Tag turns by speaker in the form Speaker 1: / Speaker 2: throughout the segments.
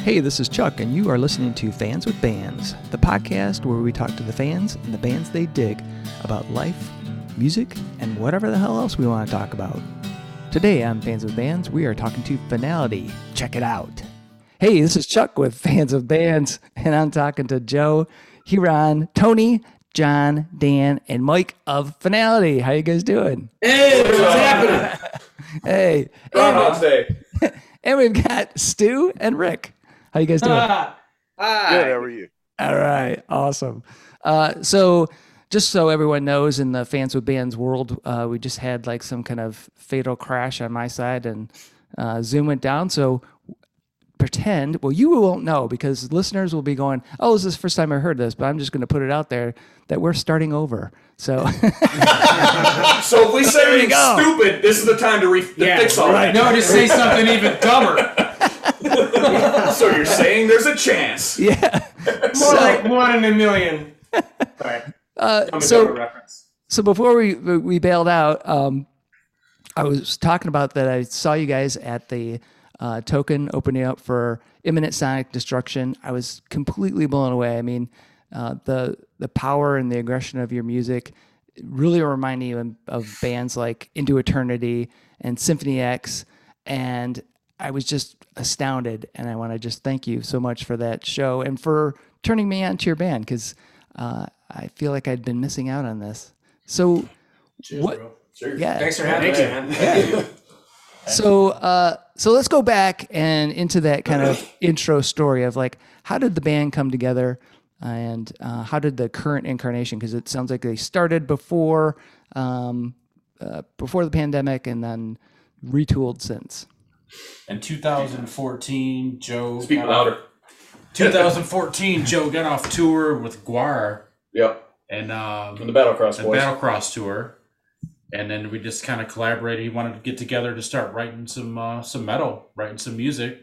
Speaker 1: Hey, this is Chuck, and you are listening to Fans with Bands, the podcast where we talk to the fans and the bands they dig about life, music, and whatever the hell else we want to talk about. Today on Fans with Bands, we are talking to Finality. Check it out. Hey, this is Chuck with Fans of Bands, and I'm talking to Joe, Hiron, Tony, John, Dan, and Mike of Finality. How you guys doing?
Speaker 2: Hey, what's happening?
Speaker 1: Hey,
Speaker 3: Ron Hudson.
Speaker 1: and we've got Stu and Rick. How you guys doing?
Speaker 3: Good,
Speaker 2: Ah, ah.
Speaker 3: how are you?
Speaker 1: All right, awesome. Uh, so, just so everyone knows, in the fans with bands world, uh, we just had like some kind of fatal crash on my side, and uh, Zoom went down. So, pretend. Well, you won't know because listeners will be going, "Oh, this is the first time I heard this," but I'm just going to put it out there that we're starting over. So,
Speaker 3: So if we say
Speaker 1: you
Speaker 3: anything
Speaker 1: go.
Speaker 3: stupid, this is the time to, re- to
Speaker 2: Yeah,
Speaker 3: fix all
Speaker 2: right. No, just say something even dumber.
Speaker 3: that. So you're saying there's a chance.
Speaker 1: yeah.
Speaker 2: More like one in a million.
Speaker 1: Uh,
Speaker 3: I'm a
Speaker 1: so,
Speaker 3: dumber reference.
Speaker 1: so before we we bailed out, um, I was talking about that. I saw you guys at the uh, token opening up for imminent sonic destruction. I was completely blown away. I mean, uh, the the power and the aggression of your music really remind me of, of bands like Into Eternity and Symphony X, and I was just astounded. And I want to just thank you so much for that show and for turning me on to your band because uh, I feel like I'd been missing out on this. So what?
Speaker 3: Sure.
Speaker 1: Yeah.
Speaker 2: Thanks for having me. man.
Speaker 1: So, uh, so let's go back and into that kind of intro story of like, how did the band come together, and uh, how did the current incarnation? Because it sounds like they started before, um, uh, before the pandemic, and then retooled since.
Speaker 4: In 2014, Joe.
Speaker 3: Speak
Speaker 4: got
Speaker 3: louder.
Speaker 4: Off, 2014, Joe got off tour with Guar
Speaker 3: Yep.
Speaker 4: and um,
Speaker 3: From the Battlecross
Speaker 4: the
Speaker 3: boys.
Speaker 4: Battlecross tour, and then we just kind of collaborated. He wanted to get together to start writing some uh, some metal, writing some music.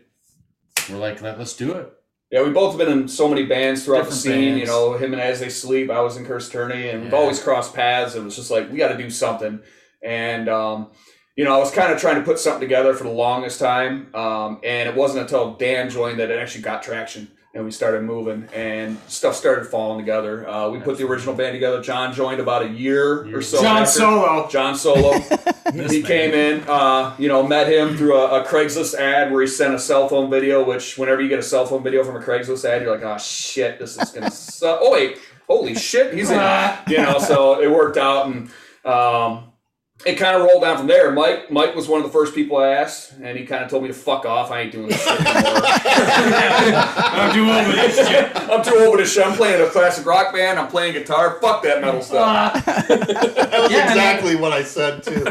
Speaker 4: We're like, Let, let's do it.
Speaker 3: yeah, we've both been in so many bands throughout the
Speaker 4: Different
Speaker 3: scene. You
Speaker 4: bands.
Speaker 3: know, him and As They Sleep. I was in Curse Tourney, and we've
Speaker 4: Yeah.
Speaker 3: always crossed paths. It was just like we got to do something. And um, you know, I was kind of trying to put something together for the longest time, um, and it wasn't until Dan joined that it actually got traction. And we started moving, and stuff started falling together. Uh, we put the original band together. John joined about a year or so.
Speaker 2: John
Speaker 3: after-
Speaker 2: Solo.
Speaker 3: John Solo.
Speaker 4: This
Speaker 3: he
Speaker 4: man.
Speaker 3: came in, uh, you know, met him through a, a Craigslist ad where he sent a cell phone video. Which, whenever you get a cell phone video from a Craigslist ad, you're like, oh shit, this is gonna suck. Oh wait, holy shit, he's in. You know, so it worked out, and um, it kind of rolled down from there. Mike, Mike was one of the first people I asked, and he kind of told me to fuck off. I ain't doing this shit anymore.
Speaker 4: I'm too old for this shit.
Speaker 3: I'm too old for this shit. I'm playing a classic rock band. I'm playing guitar. Fuck that metal stuff.
Speaker 5: That was
Speaker 2: Yeah, and then-
Speaker 5: exactly what I said too.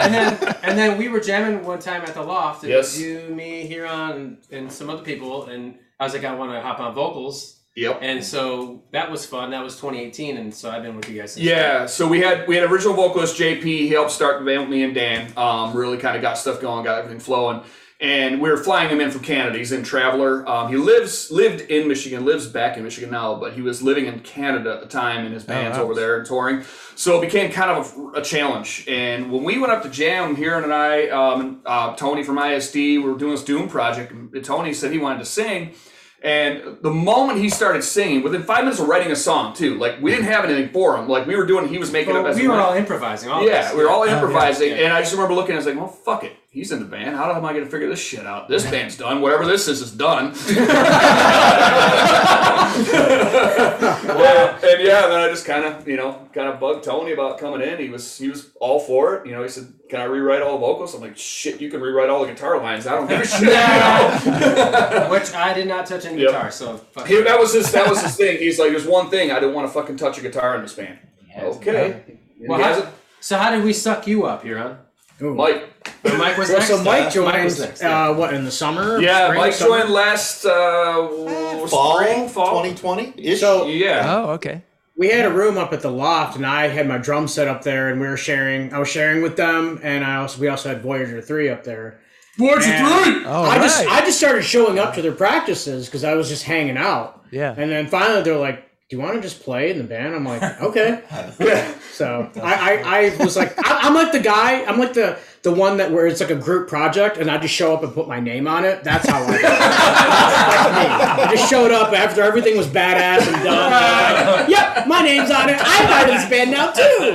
Speaker 2: And then, and then we were jamming one time at the loft. And
Speaker 3: Yes.
Speaker 2: You, me, Huron, and, and some other people. And I was like, I want to hop on vocals.
Speaker 3: Yep.
Speaker 2: And so that was fun. That was 2018. And so I've been with you guys since.
Speaker 3: Yeah, so we had we had original vocalist JP. He helped start the band with me and Dan. Um, really kind of got stuff going, got everything flowing. And we were flying him in from Canada. He's in Traveler. Um, he lives lived in Michigan, lives back in Michigan now, but he was living in Canada at the time, and his band's over there and touring. So it became kind of a, a challenge. And when we went up to jam, Heron and I, um, and, uh, Tony from ISD, we were doing this Doom project. And Tony said he wanted to sing. And the moment he started singing, within five minutes of writing a song too, like we didn't have anything for him. Like we were doing, he was making
Speaker 2: Well,
Speaker 3: up as
Speaker 2: we were
Speaker 3: went.
Speaker 2: all improvising. All of
Speaker 3: yeah,
Speaker 2: us.
Speaker 3: we were all improvising.
Speaker 2: yeah, yeah.
Speaker 3: And I just remember looking, I was like, well, fuck it. He's in the band. How am I going to figure this shit out? This band's done. Whatever this is, is done. Yeah, and yeah, then I just kind of, you know, kind of bugged Tony about coming in. He was, he was all for it. You know, he said, "Can I rewrite all the vocals?" I'm like, "Shit, you can rewrite all the guitar lines. I don't give a shit."
Speaker 2: Which I did not touch any
Speaker 3: Yep.
Speaker 2: guitar. So fuck
Speaker 3: He,
Speaker 2: it.
Speaker 3: that was his. That was his thing. He's like, there's one thing I didn't want to fucking touch a guitar in this band. Okay.
Speaker 2: Well,
Speaker 3: He
Speaker 2: how-
Speaker 3: hasn't-
Speaker 2: So how did we suck you up, Huron?
Speaker 3: Mike.
Speaker 2: But Mike was
Speaker 6: Well,
Speaker 2: next.
Speaker 6: so Mike
Speaker 2: though.
Speaker 6: joined.
Speaker 2: Mike was next. yeah.
Speaker 6: uh, what in the summer?
Speaker 3: Yeah,
Speaker 6: Spring,
Speaker 3: Mike
Speaker 6: summer?
Speaker 3: joined last uh, w- spring, fall.
Speaker 5: 2020 ish.
Speaker 6: So
Speaker 3: Yeah.
Speaker 1: Oh, okay.
Speaker 6: we had a room up at the loft, and I had my drum set up there, and we were sharing. I was sharing with them, and I also we also had Voyager three up there.
Speaker 4: Voyager
Speaker 6: And
Speaker 4: three.
Speaker 1: Oh,
Speaker 6: I just I just started showing up to their practices because I was just hanging out,
Speaker 1: yeah.
Speaker 6: and then finally they're like. Do you want to just play in the band? I'm like, okay. so I, I, I was like, I, I'm like the guy. I'm like the the one that where it's like a group project, and I just show up and put my name on it. That's how I. I just showed up after everything was badass and done. and I'm like, yep, my name's on it. I'm part of this band now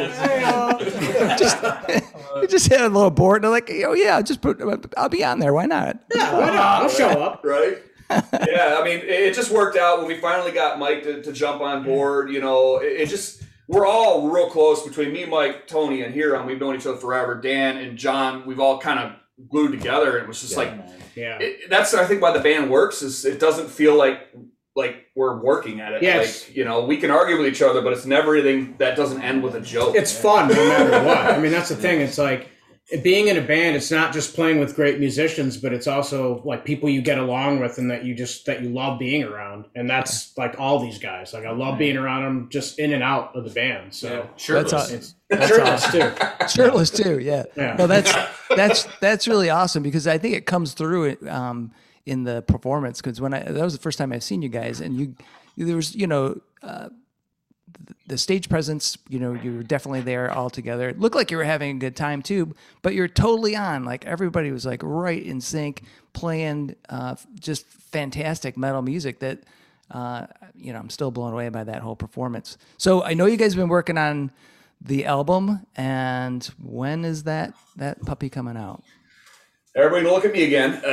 Speaker 6: too.
Speaker 1: just, it just hit a little board. And they're like, oh yeah, just put, I'll be on there. Why not?
Speaker 6: Yeah, why not? I'll show up.
Speaker 3: right? yeah, I mean, it, it just worked out when we finally got Mike to, to jump on board. You know, it, it just we're all real close between me, Mike, Tony, and Huron. We've known each other forever. Dan and John, we've all kind of glued together. It was just like
Speaker 6: Yeah.
Speaker 3: it, that's I think why the band works is it doesn't feel like like we're working at it.
Speaker 6: Yes.
Speaker 3: Like, you know, we can argue with each other, but it's never anything that doesn't end with a joke.
Speaker 6: it's fun no matter what. I mean, that's the thing. It's like being in a band. It's not just playing with great musicians, but it's also like people you get along with and that you just that you love being around. And that's like all these guys. Like I love being around them, just in and out of the band. So
Speaker 2: sure.
Speaker 1: That's all-
Speaker 6: it's shirtless too.
Speaker 1: shirtless too yeah.
Speaker 6: Yeah.
Speaker 1: no that's that's that's really awesome because i think it comes through um in the performance because when i that was the first time i've seen you guys and you there was you know uh th- the stage presence, you know, you were definitely there all together. It looked like you were having a good time too, but you're totally on. Like everybody was like right in sync, playing uh, f- just fantastic metal music. That uh, you know, I'm still blown away by that whole performance. So I know you guys have been working on the album and when is that that puppy coming out
Speaker 3: Everybody look at me again.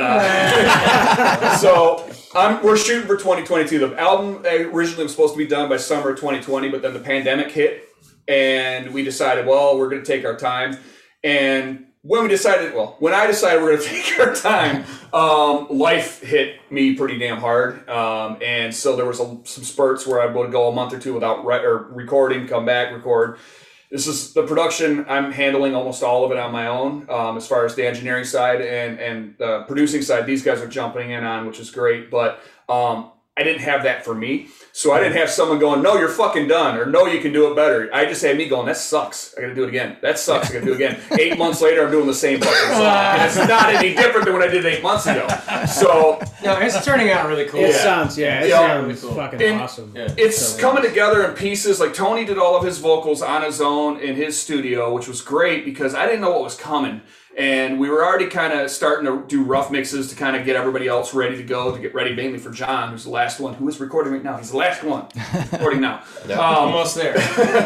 Speaker 3: Uh, so I'm, we're shooting for 2022. The album uh, originally was supposed to be done by summer of 2020, but then the pandemic hit, and we decided, well, we're going to take our time. And when we decided, well, when I decided we're going to take our time, um, life hit me pretty damn hard, um, and so there was a, some spurts where I would go a month or two without re- or recording, come back, record this is the production i'm handling almost all of it on my own um, as far as the engineering side and and the producing side these guys are jumping in on which is great but um, i didn't have that for me so i didn't have someone going no you're fucking done or no you can do it better i just had me going that sucks i gotta do it again that sucks i gotta do it again eight months later i'm doing the same fucking song and it's not any different than what i did eight months ago so
Speaker 2: No, it's turning out really cool.
Speaker 6: It sounds yeah, it
Speaker 3: Yeah.
Speaker 6: sounds
Speaker 2: Cool.
Speaker 6: fucking
Speaker 3: And-
Speaker 6: awesome.
Speaker 2: Yeah.
Speaker 3: it's coming together in pieces. Like Tony did all of his vocals on his own in his studio, which was great because I didn't know what was coming. And we were already kind of starting to do rough mixes to kind of get everybody else ready to go to get ready, mainly for John, who's the last one who is recording right now. He's the last one recording now. Um,
Speaker 2: Almost there.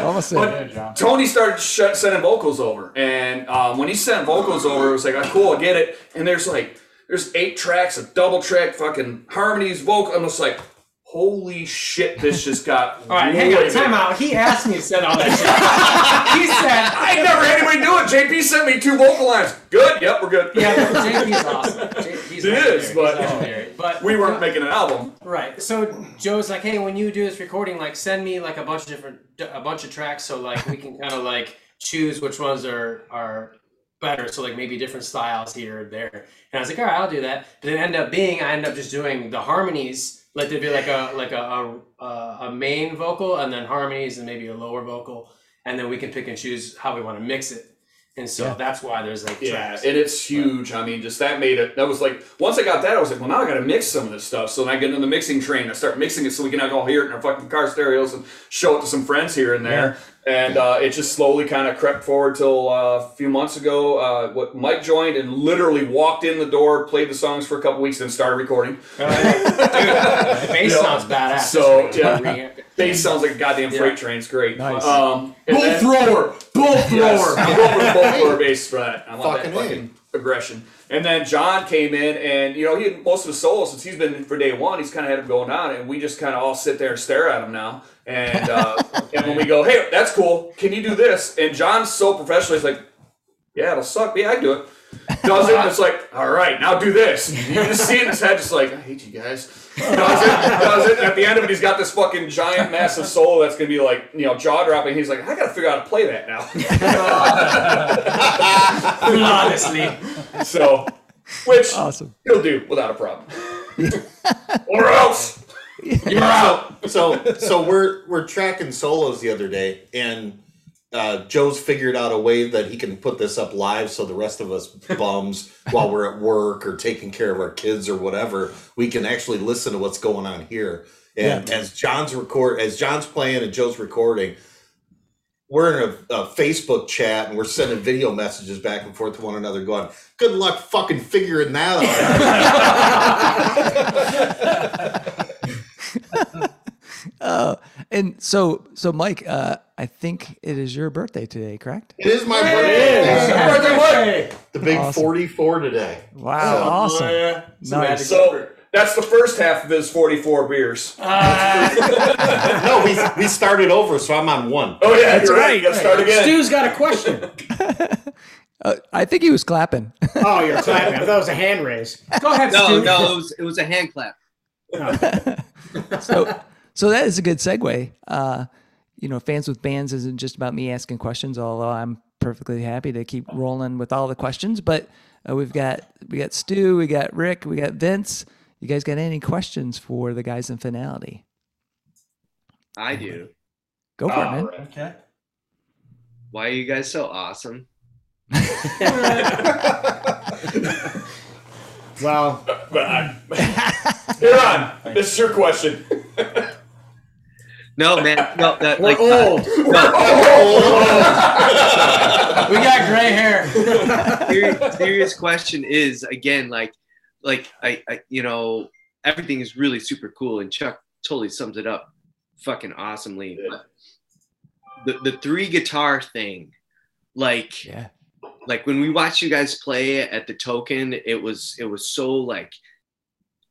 Speaker 1: almost there.
Speaker 3: Tony started sh- sending vocals over, and um, when he sent vocals over, it was like, oh, "Cool, I get it." And there's like, there's eight tracks, a double track, fucking harmonies, vocal. I'm just like, "Holy shit, this just got."
Speaker 2: All right, hang on.
Speaker 3: way
Speaker 2: Time
Speaker 3: bigger."
Speaker 2: out. He asked me to send all that shit. he said,
Speaker 3: I ain't never had anybody do it. JP sent me two vocal lines. Good. Yep, we're good.
Speaker 2: "Yeah, JP's awesome. JP's
Speaker 3: It
Speaker 2: legendary.
Speaker 3: is,
Speaker 2: He's
Speaker 3: but-
Speaker 2: legendary. but
Speaker 3: We weren't making an album.
Speaker 2: Right. So Joe's like, hey, when you do this recording, like, send me like a bunch of different, a bunch of tracks, so like we can kind of like choose which ones are are better. So like maybe different styles here or there. And I was like, all right, I'll do that. But it ended up being, I ended up just doing the harmonies. Like there'd be like a like a a, a main vocal and then harmonies and maybe a lower vocal, and then we can pick and choose how we want to mix it. And so that's why there's like tracks.
Speaker 3: and it's huge. I mean, just that made it. That was like once I got that, I was like, well, now I got to mix some of this stuff. So then I get into the mixing train. I start mixing it so we can all hear it in our fucking car stereos and show it to some friends here and there. And uh, it just slowly kind of crept forward till uh, a few months ago. Uh, what Mike joined and literally walked in the door, played the songs for a couple weeks, then started recording.
Speaker 2: Oh, the bass
Speaker 3: Yeah.
Speaker 2: sounds badass.
Speaker 3: So,
Speaker 2: Just, like,
Speaker 3: yeah.
Speaker 2: re-
Speaker 3: Bass sounds like a goddamn
Speaker 2: Yeah.
Speaker 3: freight train. It's great.
Speaker 1: Nice.
Speaker 3: Um, and then-
Speaker 5: thrower.
Speaker 3: Bull thrower. I'm going for bull thrower bass front. I want
Speaker 5: Fucking
Speaker 3: that fucking aggression. And then John came in, and you know he had most of his solo since he's been in for day one. He's kind of had him going on, and we just kind of all sit there and stare at him now. And uh, and when we go, hey, that's cool. Can you do this? And John's so professional. He's like, yeah, it'll suck. but Yeah, I can do it. Does it? And it's like, all right, now do this. You can just see it in his head, just like, I hate you guys. Does it? Does it? At the end of it, he's got this fucking giant, massive solo that's gonna be like, you know, jaw dropping. He's like, I gotta figure out how to play that now.
Speaker 2: honestly.
Speaker 3: so, which
Speaker 1: awesome
Speaker 3: he'll do without a problem. or else you're out.
Speaker 5: So so we're we're tracking solos the other day, and uh, Joe's figured out a way that he can put this up live, so the rest of us bums, while we're at work or taking care of our kids or whatever, we can actually listen to what's going on here. And as John's record, as John's playing and Joe's recording, we're in a, a Facebook chat and we're sending video messages back and forth to one another, going, "Good luck fucking figuring that out."
Speaker 1: Uh, And so, so Mike, uh, I think it is your birthday today, correct?
Speaker 5: It is my birthday.
Speaker 3: Happy birthday, Mike!
Speaker 5: The big
Speaker 1: Awesome.
Speaker 5: 44 today.
Speaker 1: Wow,
Speaker 3: Oh,
Speaker 1: awesome.
Speaker 2: Yeah, it's a magic
Speaker 1: Nice.
Speaker 3: So
Speaker 2: number.
Speaker 3: that's the first half of his 44 beers.
Speaker 2: Ah.
Speaker 5: No, we, we started over, so I'm on one.
Speaker 3: oh, yeah,
Speaker 1: That's
Speaker 3: you're
Speaker 1: right.
Speaker 3: right. Let's start again.
Speaker 6: Stu's got a question.
Speaker 1: Uh, I think he was clapping.
Speaker 6: Oh, you're clapping. I thought it was a hand raise.
Speaker 2: Go ahead,
Speaker 7: No,
Speaker 2: Stu.
Speaker 7: no, it was it was a hand clap.
Speaker 1: so, so that is a good segue. Uh, you know, fans with bands isn't just about me asking questions, although I'm perfectly happy to keep rolling with all the questions. But uh, we've got we got Stu, we got Rick, we got Vince. You guys got any questions for the guys in finality?
Speaker 7: I do.
Speaker 1: Go for
Speaker 6: Oh,
Speaker 1: it, man.
Speaker 4: Okay.
Speaker 7: Why are you guys so awesome?
Speaker 6: Well,
Speaker 3: But I, you're on. This is your question.
Speaker 7: No, man. No, that
Speaker 6: we're
Speaker 7: like
Speaker 6: old.
Speaker 2: We got gray hair.
Speaker 7: serious, serious question is again like like I, I you know everything is really super cool and chuck totally sums it up fucking awesomely
Speaker 3: Yeah.
Speaker 7: But the, the three guitar thing like
Speaker 1: Yeah.
Speaker 7: like when we watched you guys play at the token it was it was so like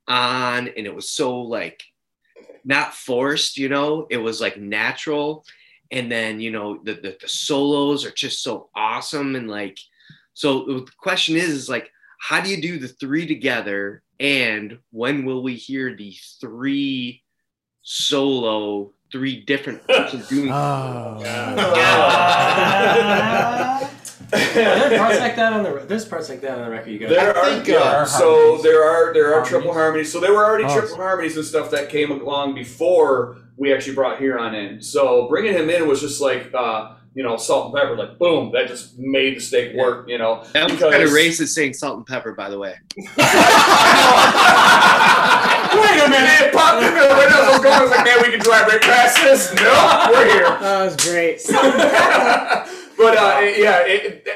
Speaker 7: on and it was so like not forced you know it was like natural and then you know the the, the solos are just so awesome and like so the question is is like how do you do the three together and when will we hear the three solo three different persons doing
Speaker 1: Oh,
Speaker 2: There are parts like that on the re- there's parts like that on the record. You got
Speaker 3: There
Speaker 5: I
Speaker 3: are,
Speaker 5: think,
Speaker 3: yeah,
Speaker 5: uh,
Speaker 3: so there are there are
Speaker 4: Harmonies.
Speaker 3: triple harmonies. So there were already
Speaker 1: Oh.
Speaker 3: triple harmonies and stuff that came along before we actually brought Huron in. So bringing him in was just like uh, you know salt and pepper. Like boom, that just made the steak work. You know.
Speaker 7: that was
Speaker 5: Oh,
Speaker 3: because-
Speaker 7: kind of racist saying salt and pepper by the way
Speaker 3: Wait a minute! It popped in there right as I was going. I was like, man, we can drive right past this. No, we're here.
Speaker 6: Oh, That was great.
Speaker 3: but uh, it- yeah, it, it-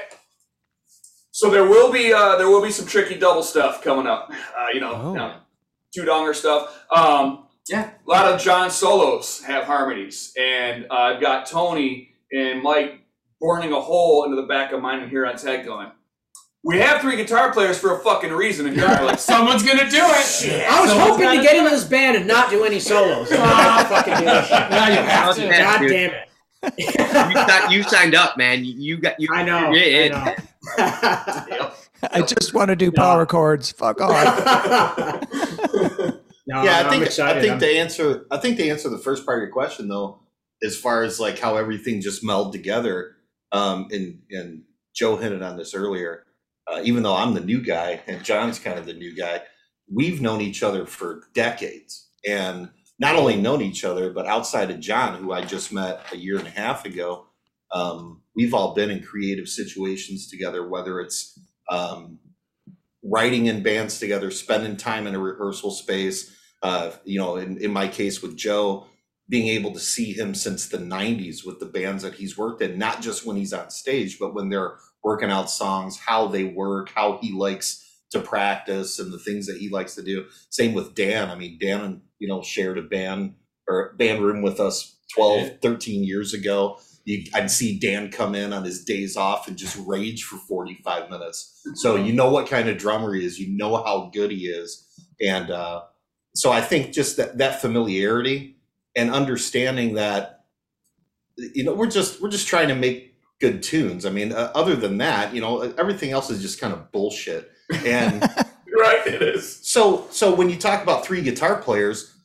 Speaker 3: so there will be uh, there will be some tricky double stuff coming up. Uh, you know,
Speaker 1: Oh.
Speaker 3: you know, two donger stuff. Um,
Speaker 2: Yeah.
Speaker 3: a lot of John solos have harmonies, and uh, I've got Tony and Mike burning a hole into the back of mine and here on head going. We have three guitar players for a fucking reason, and you're like,
Speaker 2: someone's gonna do it. Shit.
Speaker 6: I was hoping to get him in this band and not do any solos. Ah, fucking do this shit.
Speaker 2: Now you have to.
Speaker 7: Yeah,
Speaker 6: God
Speaker 7: dude.
Speaker 6: damn it.
Speaker 7: you, signed, you signed up, man. You, you got you.
Speaker 6: I know.
Speaker 7: You're in.
Speaker 6: I know.
Speaker 1: I just want to do power chords. Fuck off.
Speaker 5: yeah,
Speaker 6: No, no,
Speaker 5: I
Speaker 6: I'm
Speaker 5: think
Speaker 6: excited.
Speaker 5: I think
Speaker 6: I'm-
Speaker 5: they answer. I think they answer the first part of your question though, as far as like how everything just melded together. Um, and and Joe hinted on this earlier. Uh, even though I'm the new guy and John's kind of the new guy, we've known each other for decades, and not only known each other, but outside of John, who I just met a year and a half ago, um, we've all been in creative situations together, whether it's um, writing in bands together, spending time in a rehearsal space, uh, you know, in, in my case with Joe, being able to see him since the 90s with the bands that he's worked in, not just when he's on stage, but when they're working out songs, how they work, how he likes to practice and the things that he likes to do. Same with Dan. I mean, Dan, you know, shared a band or band room with us 12, 13 years ago. You, I'd see Dan come in on his days off and just rage for 45 minutes. So you know what kind of drummer he is, you know how good he is. And, uh, so I think just that that familiarity and understanding that you know we're just we're just trying to make good tunes. I mean, uh, other than that, you know, everything else is just kind of bullshit. And
Speaker 3: right, it is.
Speaker 5: so so when you talk about three guitar players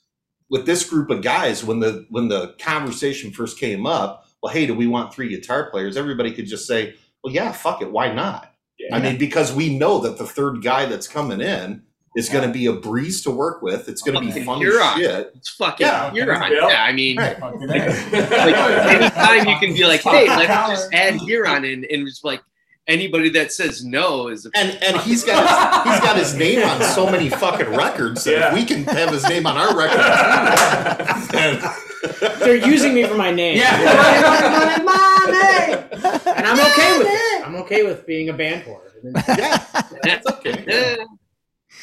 Speaker 5: with this group of guys, when the when the conversation first came up, well, hey, do we want three guitar players? Everybody could just say, well, yeah, fuck it, why not? I mean, because we know that the third guy that's coming in is going to be a breeze to work with. It's going to be
Speaker 7: Fucking
Speaker 5: fun
Speaker 7: you're
Speaker 5: as
Speaker 7: on.
Speaker 5: shit.
Speaker 7: It's fucking.
Speaker 5: Yeah.
Speaker 7: You're on.
Speaker 3: Yeah.
Speaker 7: Yeah. I mean,
Speaker 5: Right.
Speaker 4: Fucking
Speaker 7: like
Speaker 3: Like,
Speaker 7: anytime you can be like, hey, let's just add Huron in, and it's like anybody that says no is. A,
Speaker 5: And and he's got his, he's got his name on so many fucking records that
Speaker 3: Yeah.
Speaker 5: if we can have his name on our records, then
Speaker 6: They're using me for my name.
Speaker 2: Yeah.
Speaker 6: And I'm okay with it. I'm okay with being a band whore.
Speaker 5: that's okay.
Speaker 7: Eh,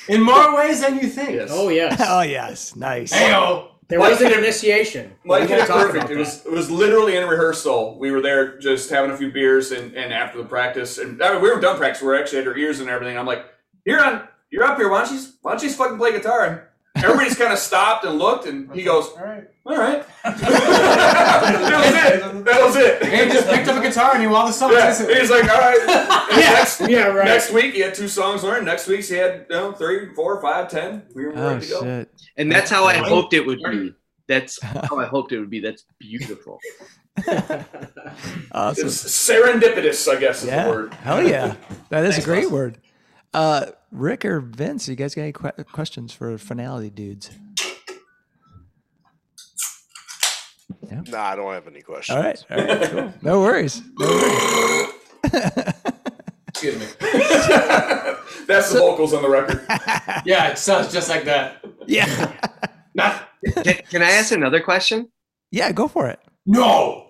Speaker 2: In more ways than you think.
Speaker 3: Yes.
Speaker 6: Oh, yes.
Speaker 1: oh yes, nice.
Speaker 2: Heyo.
Speaker 6: There
Speaker 3: Mike-
Speaker 6: was an initiation.
Speaker 3: Mike
Speaker 6: We
Speaker 3: hit
Speaker 6: won't
Speaker 3: it
Speaker 6: talk
Speaker 3: perfect.
Speaker 6: about
Speaker 3: It
Speaker 6: that.
Speaker 3: was it was literally in rehearsal. We were there just having a few beers and, and after the practice and I mean, we were done practice. We were actually at our ears and everything. I'm like, you're on, you're up here. Why don't you just- why don't you just fucking play guitar? And everybody's kind of stopped and looked and he goes,
Speaker 4: All right.
Speaker 3: all right. that was it. That was it.
Speaker 2: He just picked up a guitar and he all the songs.
Speaker 3: Yeah. He's like, all right. And next,
Speaker 6: Yeah, right.
Speaker 3: next week he had two songs learned. Next week he had you know, three, four, five, ten. We were
Speaker 1: Oh
Speaker 3: ready to go.
Speaker 1: shit!
Speaker 7: And that's how I
Speaker 1: Right.
Speaker 7: hoped it would be. That's how I hoped it would be. That's beautiful.
Speaker 1: Awesome.
Speaker 3: It's serendipitous, I guess is
Speaker 1: yeah.
Speaker 3: the word.
Speaker 1: Hell yeah. That is a great word. Uh, Rick or Vince, you guys got any que- questions for finality dudes?
Speaker 8: Nah, I don't have any questions.
Speaker 1: All right. All right. Cool. No worries. No worries.
Speaker 2: Excuse me.
Speaker 3: That's the vocals on the record.
Speaker 2: Yeah, it sounds just like that.
Speaker 1: yeah.
Speaker 2: Not
Speaker 7: Can, can I ask another question?
Speaker 1: Yeah. Go for it.
Speaker 2: no.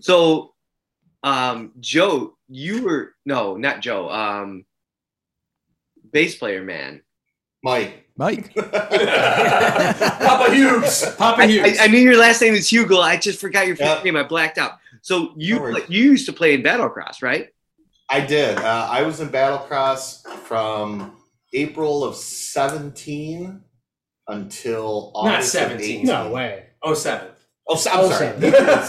Speaker 7: So, um, Joe, you were no, not Joe. Um, bass player man.
Speaker 5: Mike.
Speaker 1: Mike.
Speaker 3: Papa Hughes.
Speaker 2: Papa
Speaker 7: I,
Speaker 2: Hughes.
Speaker 7: I, I knew your last name was Hugo. I just forgot your first
Speaker 5: Yeah.
Speaker 7: name. I blacked out. So you
Speaker 5: No worries.
Speaker 7: you used to play in battlecross, right?
Speaker 5: I did. Uh, I was in Battlecross from April of 17 until
Speaker 2: Not
Speaker 5: August of
Speaker 2: 17.
Speaker 5: 18.
Speaker 6: No way.
Speaker 2: oh seven.
Speaker 5: Oh, so- I'm
Speaker 6: Oh,
Speaker 5: sorry.
Speaker 6: seven.
Speaker 5: April of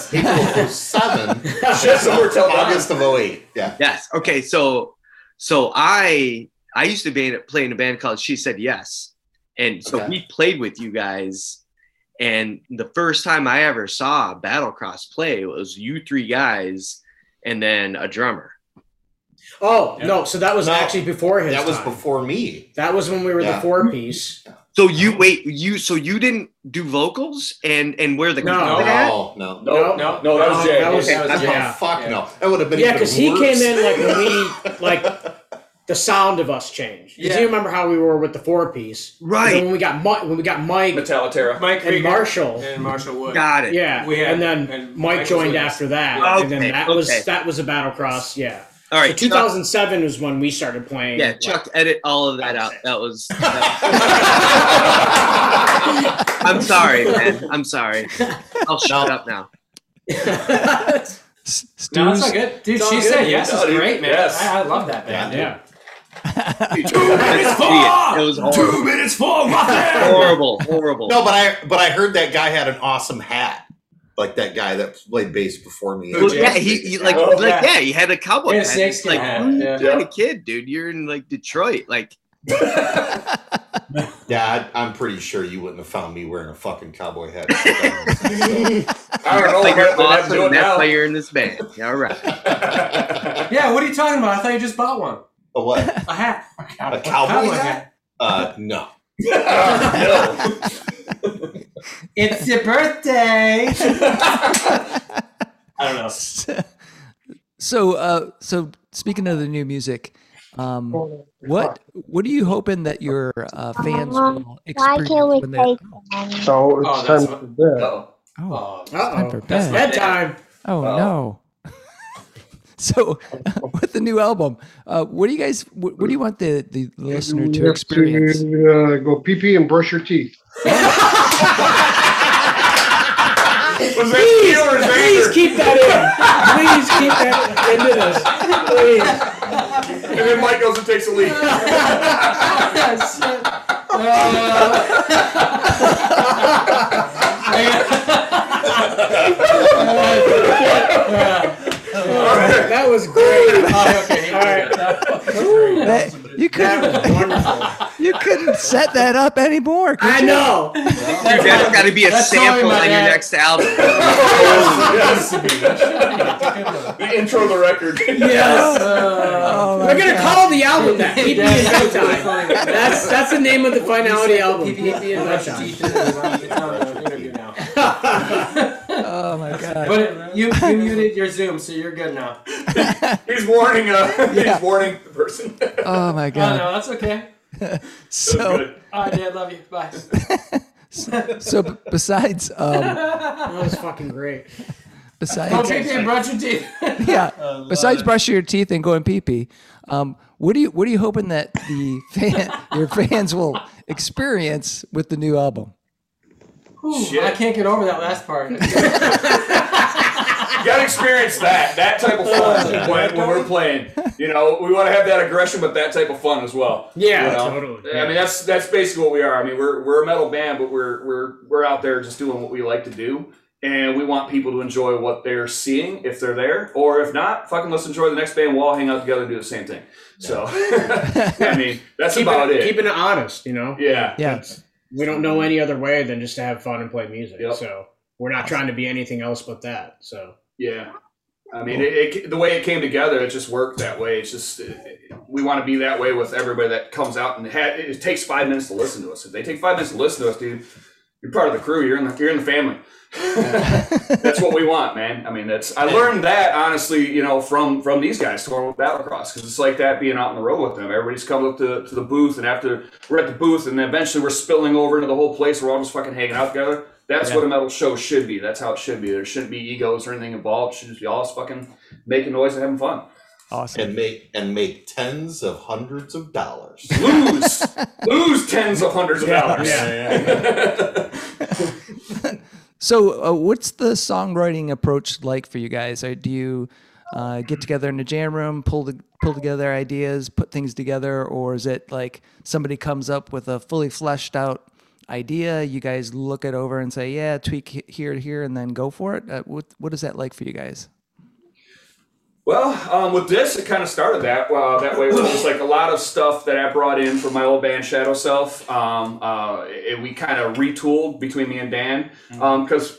Speaker 5: 07
Speaker 3: Just so we're telling
Speaker 5: August of 08. Yeah.
Speaker 7: Yes. Okay. So so I I used to be in, play in a band called She Said Yes, and so
Speaker 5: Okay.
Speaker 7: we played with you guys. And the first time I ever saw Battlecross play was you three guys, and then a drummer.
Speaker 6: Oh no! So that was
Speaker 5: No.
Speaker 6: actually before his.
Speaker 5: That was
Speaker 6: time.
Speaker 5: before me.
Speaker 6: That was when we were the
Speaker 5: Yeah.
Speaker 6: four piece.
Speaker 7: So you wait, you so you didn't do vocals and and where the
Speaker 6: No.
Speaker 7: guitar at?
Speaker 5: No, no.
Speaker 3: No,
Speaker 2: No.
Speaker 3: no, no, that was Jay.
Speaker 6: That was,
Speaker 7: Okay,
Speaker 6: that was-
Speaker 5: That's
Speaker 6: yeah.
Speaker 5: oh, fuck no. That would have been
Speaker 6: Yeah,
Speaker 5: even
Speaker 6: because he
Speaker 5: worse.
Speaker 6: came in like when we like the sound of us changed. Because
Speaker 2: Yeah.
Speaker 6: you remember how we were with the four piece, And then
Speaker 7: Right.
Speaker 6: when we got Mi- when we got Mike
Speaker 3: Metallica.
Speaker 2: Mike
Speaker 6: and
Speaker 2: Krieger
Speaker 6: Marshall,
Speaker 2: and Marshall Wood.
Speaker 7: Got it.
Speaker 6: yeah,
Speaker 2: We had-
Speaker 6: and then
Speaker 2: and Mike
Speaker 6: Mike
Speaker 2: was
Speaker 6: joined
Speaker 2: with us.
Speaker 6: after that,
Speaker 7: Yeah.
Speaker 6: and
Speaker 7: Okay,
Speaker 6: then that
Speaker 7: okay.
Speaker 6: was that was a battle cross. Yeah,
Speaker 7: All right.
Speaker 6: so
Speaker 7: Chuck-
Speaker 6: 2007 was when we started playing.
Speaker 7: yeah,
Speaker 6: like,
Speaker 7: Chuck, edit all of that out. That was. I'm sorry, man. I'm sorry. I'll shut up now.
Speaker 1: S-
Speaker 2: No, that's
Speaker 1: Stu's-
Speaker 2: not good, dude.
Speaker 6: It's
Speaker 2: She
Speaker 6: all
Speaker 2: said
Speaker 6: good.
Speaker 2: yes.
Speaker 3: No,
Speaker 2: is
Speaker 3: dude,
Speaker 2: great, man.
Speaker 3: yes.
Speaker 2: I, I love that band. dude.
Speaker 6: yeah,
Speaker 7: it was horrible.
Speaker 2: minutes for nothing.
Speaker 7: Horrible. Horrible.
Speaker 5: No, but I but I heard that guy had an awesome hat. Like that guy that played bass before me.
Speaker 7: Well, yeah, he, he like
Speaker 3: Oh,
Speaker 7: like
Speaker 2: yeah.
Speaker 7: yeah, he had a cowboy
Speaker 2: He had a
Speaker 7: hat.
Speaker 2: snakeskin
Speaker 7: like,
Speaker 2: hat,
Speaker 7: what are you
Speaker 2: yeah.
Speaker 7: kind of kid, dude? You're in like Detroit. Like,
Speaker 5: Yeah, I, I'm pretty sure you wouldn't have found me wearing a fucking cowboy hat.
Speaker 3: I don't know. Like,
Speaker 7: like
Speaker 3: I
Speaker 7: you're
Speaker 3: have to
Speaker 7: awesome.
Speaker 3: do it
Speaker 7: and That's
Speaker 3: now.
Speaker 7: why you're in this band. Yeah, all right.
Speaker 2: Yeah, what are you talking about? I thought you just bought one.
Speaker 5: a what?
Speaker 2: A hat.
Speaker 5: A
Speaker 2: Cowboy
Speaker 5: cowboy hat?
Speaker 2: hat.
Speaker 5: Uh, no.
Speaker 3: Ah,
Speaker 2: It's your birthday. I don't know.
Speaker 1: so uh so speaking of the new music um what what are you hoping that your uh, fans will
Speaker 9: Why
Speaker 1: experience
Speaker 9: can't we
Speaker 1: when they
Speaker 9: play them?
Speaker 10: So it's
Speaker 2: Oh, that's
Speaker 10: time
Speaker 2: my-
Speaker 10: for bed.
Speaker 3: no.
Speaker 1: oh,
Speaker 2: Oh,
Speaker 1: it's time
Speaker 6: Uh-oh.
Speaker 1: for
Speaker 2: That's
Speaker 1: bed.
Speaker 2: not-
Speaker 6: that time.
Speaker 1: oh no so with the new album uh what do you guys what, what do you want the the listener
Speaker 10: You
Speaker 1: to
Speaker 10: have
Speaker 1: experience
Speaker 10: to, uh, go pee pee and brush your teeth.
Speaker 3: Was that you or
Speaker 6: Please
Speaker 3: Xander?
Speaker 6: keep that in. Please keep that into this. Please.
Speaker 3: And then Mike goes and takes a leak.
Speaker 2: Yes. Uh,
Speaker 6: That was great.
Speaker 2: oh, okay, here we
Speaker 6: Alright.
Speaker 2: go.
Speaker 1: That- you couldn't
Speaker 6: Wonderful.
Speaker 1: you couldn't set that up anymore could
Speaker 6: I
Speaker 1: you?
Speaker 6: know.
Speaker 7: Dude, that's got to be a
Speaker 2: That's totally
Speaker 7: sample
Speaker 2: my
Speaker 7: on your
Speaker 2: dad.
Speaker 7: next album.
Speaker 3: yes. the intro of the record.
Speaker 6: Yes.
Speaker 2: Uh,
Speaker 1: Oh, my
Speaker 6: We're gonna
Speaker 1: God.
Speaker 6: call the album that. PP
Speaker 2: Yeah,
Speaker 6: and
Speaker 2: that's really
Speaker 6: bedtime.
Speaker 2: funny.
Speaker 6: That's that's the name of the finality album. PP and
Speaker 2: Brush your
Speaker 6: bedtime.
Speaker 2: teeth and then run- it's on the interview now.
Speaker 1: oh my god
Speaker 2: But you, you muted your Zoom, so you're good now.
Speaker 3: He's warning. Uh,
Speaker 1: Yeah.
Speaker 3: He's warning the person. That
Speaker 1: oh my
Speaker 2: Oh,
Speaker 1: god
Speaker 2: no, that's okay.
Speaker 3: was
Speaker 1: so
Speaker 3: good.
Speaker 2: All right, Dad, love you. Bye.
Speaker 1: so b- besides um
Speaker 6: That was fucking great.
Speaker 2: Go
Speaker 1: besides
Speaker 2: pee pee and brush your teeth.
Speaker 1: yeah besides brushing your teeth and going pee pee um what do you what are you hoping that the fan your fans will experience with the new album
Speaker 2: Ooh,
Speaker 3: Shit.
Speaker 2: I can't get over that last part.
Speaker 3: You gotta experience that. That type of fun when, when we're playing. You know, we want to have that aggression, but that type of fun as well.
Speaker 6: Yeah,
Speaker 3: you know?
Speaker 6: totally.
Speaker 3: I mean, that's that's basically what we are. I mean, we're we're a metal band, but we're we're we're out there just doing what we like to do, and we want people to enjoy what they're seeing if they're there, or if not, fucking let's enjoy the next band. We'll all hang out together and do the same thing. So, I mean, that's
Speaker 6: keeping,
Speaker 3: about it.
Speaker 6: keeping it honest, you know.
Speaker 3: yeah.
Speaker 1: Yeah.
Speaker 6: We don't know any other way than just to have fun and play music.
Speaker 3: Yep.
Speaker 6: So we're not trying to be anything else but that. So
Speaker 3: Yeah. I mean, it, it, the way it came together, it just worked that way. It's just, it, we want to be that way with everybody that comes out and ha it takes five minutes to listen to us. If they take five minutes to listen to us, dude, you're part of the crew. You're in the, you're in the family. that's what we want, man. I mean, that's, I learned that honestly, you know, from, from these guys touring with Battlecross. Cause it's like that being out on the road with them. Everybody's coming up to, to the booth and after we're at the booth and then eventually we're spilling over into the whole place. We're all just fucking hanging out together. That's what a metal show should be. That's how it should be. There shouldn't be egos or anything involved. It should just be all just fucking making noise and having fun.
Speaker 1: Awesome.
Speaker 5: and make and make tens of hundreds of dollars.
Speaker 3: Lose, lose tens of hundreds of dollars.
Speaker 1: So, uh, what's the songwriting approach like for you guys? Uh, Do you uh, get together in a jam room, pull the, pull together ideas, put things together, or is it like somebody comes up with a fully fleshed out idea, you guys look it over and say, "Yeah, tweak he- here, here," and then go for it? Uh, what What is that like for you guys?
Speaker 3: Well, um, with this, it kind of started that uh, that way. Where it was like a lot of stuff that I brought in from my old band Shadow Self. Um, uh, it, we kind of retooled between me and Dan because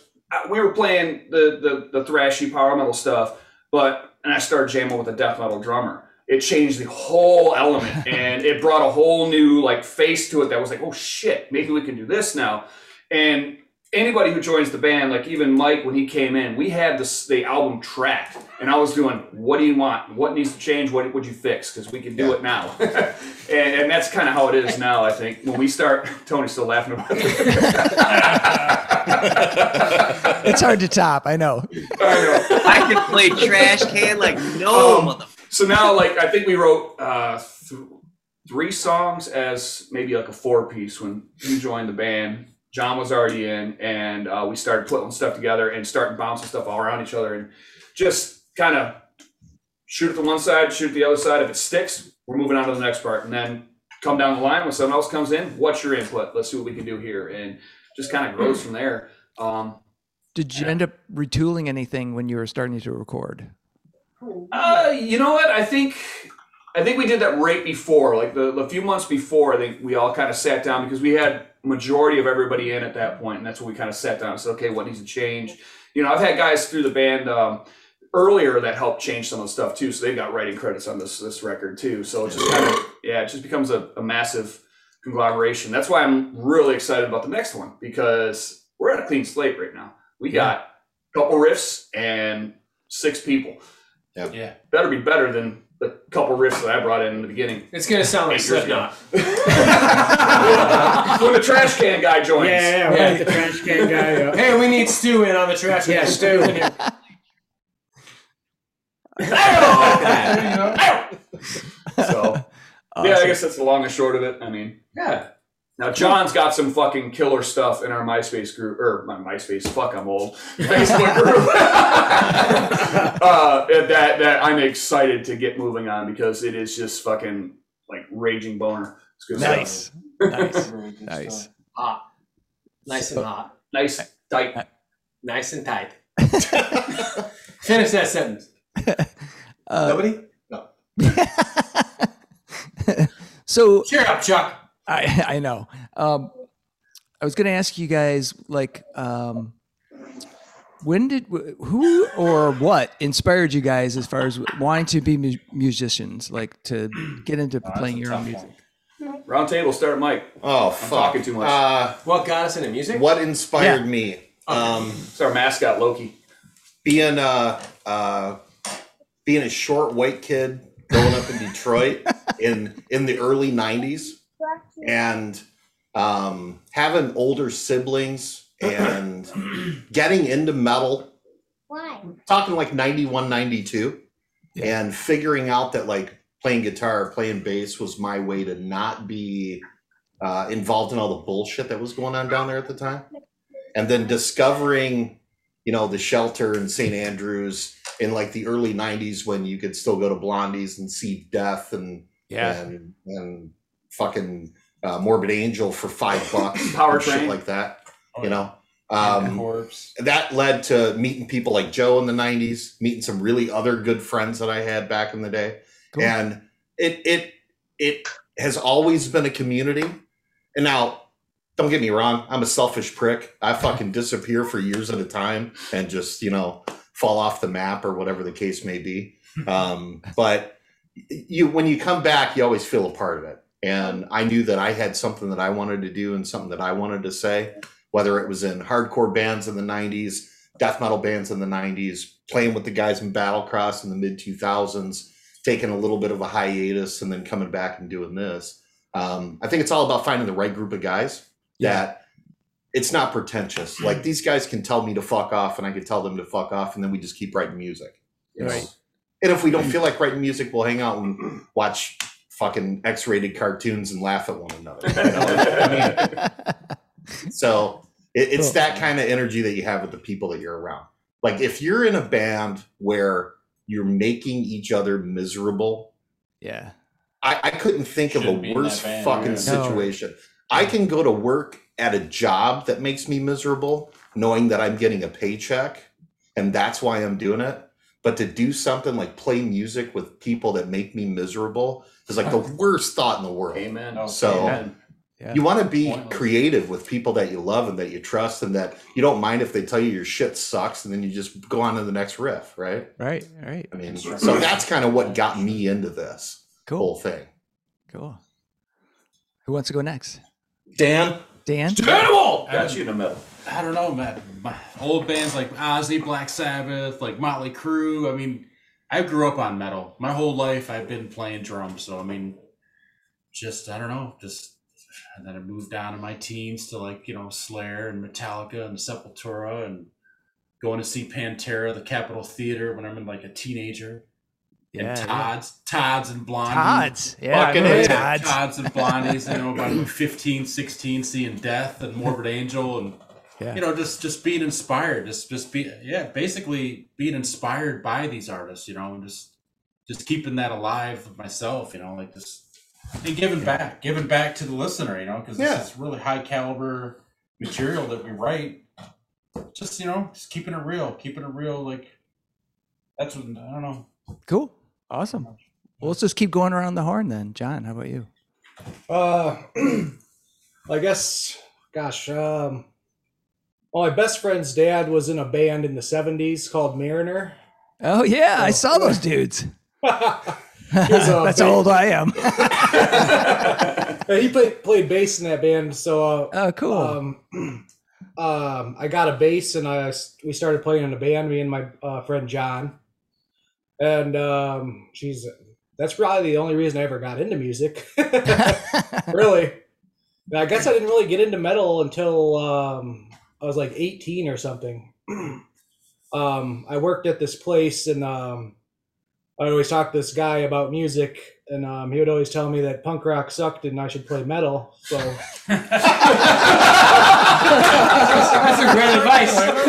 Speaker 3: we were playing the, the the thrashy power metal stuff, but and I started jamming with a death metal drummer. It changed the whole element and it brought a whole new like face to it that was like, oh shit, maybe we can do this now. And anybody who joins the band, like even Mike when he came in, we had this the album tracked, and I was doing, what do you want? What needs to change? What would you fix? Because we can do it now, and, and that's kind of how it is now. I think when we start, Tony's still laughing about it.
Speaker 1: It's hard to top, I know.
Speaker 3: I know.
Speaker 7: I can play trash can like no
Speaker 3: Um,
Speaker 7: mother.
Speaker 3: so now like i think we wrote uh, th- three songs as maybe like a four piece when you joined the band john was already in and uh, we started putting stuff together and starting bouncing stuff all around each other and just kind of shoot it to one side shoot it to the other side if it sticks we're moving on to the next part and then come down the line when someone else comes in what's your input let's see what we can do here and just kind of grows from there um,
Speaker 1: Did you end up retooling anything when you were starting to record?
Speaker 3: Uh, you know what? I think I think we did that right before, like the, the few months before. I think we all kind of sat down because we had majority of everybody in at that point, and that's when we kind of sat down and said, okay, what needs to change? You know, I've had guys through the band um, earlier that helped change some of the stuff too, so they've got writing credits on this this record too. So it just kind of yeah, it just becomes a, a massive conglomeration. That's why I'm really excited about the next one because we're at a clean slate right now. We got a couple riffs and six people
Speaker 4: Yeah.
Speaker 3: better be better than the couple riffs that I brought in in the beginning.
Speaker 2: It's gonna sound like
Speaker 3: Eight years
Speaker 2: Slipknot.
Speaker 3: ago. when the trash can guy
Speaker 6: yeah,
Speaker 3: joins.
Speaker 6: yeah, yeah.
Speaker 2: Yeah.
Speaker 6: right, the trash can guy. uh, yeah.
Speaker 2: Hey, we need Stu in on the trash.
Speaker 6: Yeah, Stu.
Speaker 3: Ow! so
Speaker 1: Uh,
Speaker 3: yeah, I guess that's the long and short of it. I mean, yeah. Now John's got some fucking killer stuff in our MySpace group or my MySpace. Fuck, I'm old. Facebook group. uh, that that I'm excited to get moving on because it is just fucking like raging boner. It's good stuff.
Speaker 1: Nice, nice, nice.
Speaker 2: Hot. Nice and hot.
Speaker 3: nice, tight.
Speaker 2: Nice and tight. Finish that sentence.
Speaker 6: Uh,
Speaker 2: Nobody?
Speaker 1: so
Speaker 2: Cheer up, Chuck.
Speaker 1: I I know. Um, I was going to ask you guys like um, when did who or what inspired you guys as far as wanting to be mu- musicians, like to get into playing your own music?
Speaker 3: Round table, start Mike.
Speaker 5: Oh fuck!
Speaker 3: talking too much.
Speaker 5: Uh,
Speaker 2: What got us into music?
Speaker 5: what inspired me? Um,
Speaker 3: It's our mascot, Loki.
Speaker 5: being a uh, being a short white kid growing up in Detroit in in the early '90s, and um, having older siblings and getting into metal.
Speaker 9: Why?
Speaker 5: Talking like 91, 92,
Speaker 1: Yeah.
Speaker 5: and figuring out that like playing guitar, playing bass was my way to not be uh, involved in all the bullshit that was going on down there at the time. and then discovering you know the shelter in st andrews in like the early 90s when you could still go to blondie's and see death and
Speaker 1: Yeah.
Speaker 5: and, and fucking uh, morbid angel for five bucks
Speaker 3: Power
Speaker 5: and shit
Speaker 3: Train.
Speaker 5: like that you know
Speaker 4: And
Speaker 5: um
Speaker 4: corpse.
Speaker 5: that led to meeting people like Joe in the 90s, meeting some really other good friends that I had back in the day.
Speaker 1: Cool.
Speaker 5: And it it it has always been a community. And now don't get me wrong, I'm a selfish prick. I fucking disappear for years at a time and just, you know, fall off the map or whatever the case may be. Um, but you when you come back, you always feel a part of it. And I knew that I had something that I wanted to do and something that I wanted to say whether it was in hardcore bands in the 90s, death metal bands in the 90s, playing with the guys in Battlecross in the mid 2000s, taking a little bit of a hiatus and then coming back and doing this. Um, I think it's all about finding the right group of guys that it's not pretentious. Like these guys can tell me to fuck off and I can tell them to fuck off and then we just keep writing music. you know?
Speaker 1: Right.
Speaker 5: And if we don't feel like writing music, we'll hang out and watch fucking X-rated cartoons and laugh at one another. you know? I mean, so it, it's
Speaker 1: Cool.
Speaker 5: that kind of energy that you have with the people that you're around. Like if you're in a band where you're making each other miserable,
Speaker 1: yeah.
Speaker 5: I, I couldn't think of
Speaker 4: Shouldn't be
Speaker 5: a
Speaker 4: in that
Speaker 5: worse
Speaker 4: band,
Speaker 5: fucking
Speaker 4: yeah.
Speaker 1: No.
Speaker 5: situation. I can go to work at a job that makes me miserable, knowing that I'm getting a paycheck and that's why I'm doing it. But to do something like play music with people that make me miserable is like the worst thought in the world.
Speaker 3: Amen.
Speaker 5: So-
Speaker 1: Yeah.
Speaker 5: You want to be
Speaker 4: Pointless.
Speaker 5: creative with people that you love and that you trust and that you don't mind if they tell you your shit sucks and then you just go on to the next riff, right?
Speaker 1: Right. Right.
Speaker 5: I mean, so that's kind of what got me into this whole
Speaker 1: Cool.
Speaker 5: thing.
Speaker 1: Cool. Who wants to go next?
Speaker 5: Dan,
Speaker 1: Dan?
Speaker 3: Animal! Got you in the middle.
Speaker 4: I don't know, man. My old bands like Ozzy, Black Sabbath, like Motley Crue. I mean, I grew up on metal. My whole life, I've been playing drums. So I mean, just I don't know, just and then I moved down in my teens to like you know Slayer and Metallica and Sepultura and going to see Pantera, the Capitol Theater when I'm in like a teenager.
Speaker 1: Yeah.
Speaker 4: and Todd's, Todd's and Blondie.
Speaker 1: Todd's. Yeah. I
Speaker 5: Fucking
Speaker 1: remember
Speaker 5: A.
Speaker 1: Todd's.
Speaker 4: Todd's and Blondies, you know, about 15, 16, seeing Death and Morbid Angel and
Speaker 1: Yeah.
Speaker 4: you know, just just being inspired. Just just be yeah, basically being inspired by these artists, you know, and just just keeping that alive myself, you know, like just and giving back, giving back to the listener, you know, because
Speaker 5: Yeah.
Speaker 4: this is really high caliber material that we write. Just you know, just keeping it real, keeping it real. Like that's what I don't know.
Speaker 1: Cool. Awesome. Well, let's just keep going around the horn then. John, how about you?
Speaker 6: Uh, I guess, gosh, um, well, my best friend's dad was in a band in the 70s called Mariner.
Speaker 1: Oh, yeah. I saw those dudes.
Speaker 6: a
Speaker 1: That's how
Speaker 6: big-
Speaker 1: old I am.
Speaker 6: he played, played bass in that band, so
Speaker 1: oh, cool.
Speaker 6: uh, um, um, I got a bass and I s- we started playing in a band, me and my uh, friend John. And um, she's that's probably the only reason I ever got into music. really. And I guess I didn't really get into metal until um, I was like 18 or something. um, I worked at this place and um, I would always talk to this guy about music, and um, he would always tell me that punk rock sucked and I should play metal. So
Speaker 2: That's some great advice.
Speaker 3: There you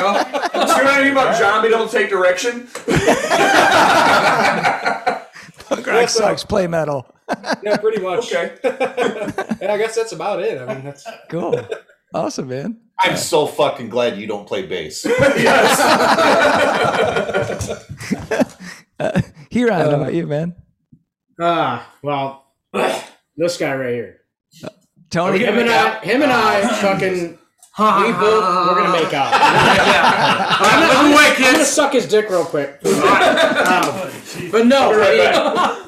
Speaker 3: go. Did you hear anything about Zombie Don't Take Direction?
Speaker 1: Punk rock
Speaker 6: so-
Speaker 1: sucks. Play metal.
Speaker 6: yeah, pretty much.
Speaker 3: Okay.
Speaker 6: and I guess that's about it. I mean, that's
Speaker 1: Cool. awesome, man.
Speaker 5: I'm so fucking glad you don't play bass.
Speaker 3: yes.
Speaker 1: Huron, how about you, man?
Speaker 6: ah well, this guy right here.
Speaker 1: Tony,
Speaker 6: Him and I, him and I, fucking. We both, we're gonna make out. I'm, not, I'm, just- I'm gonna suck his dick real quick. Um, but no,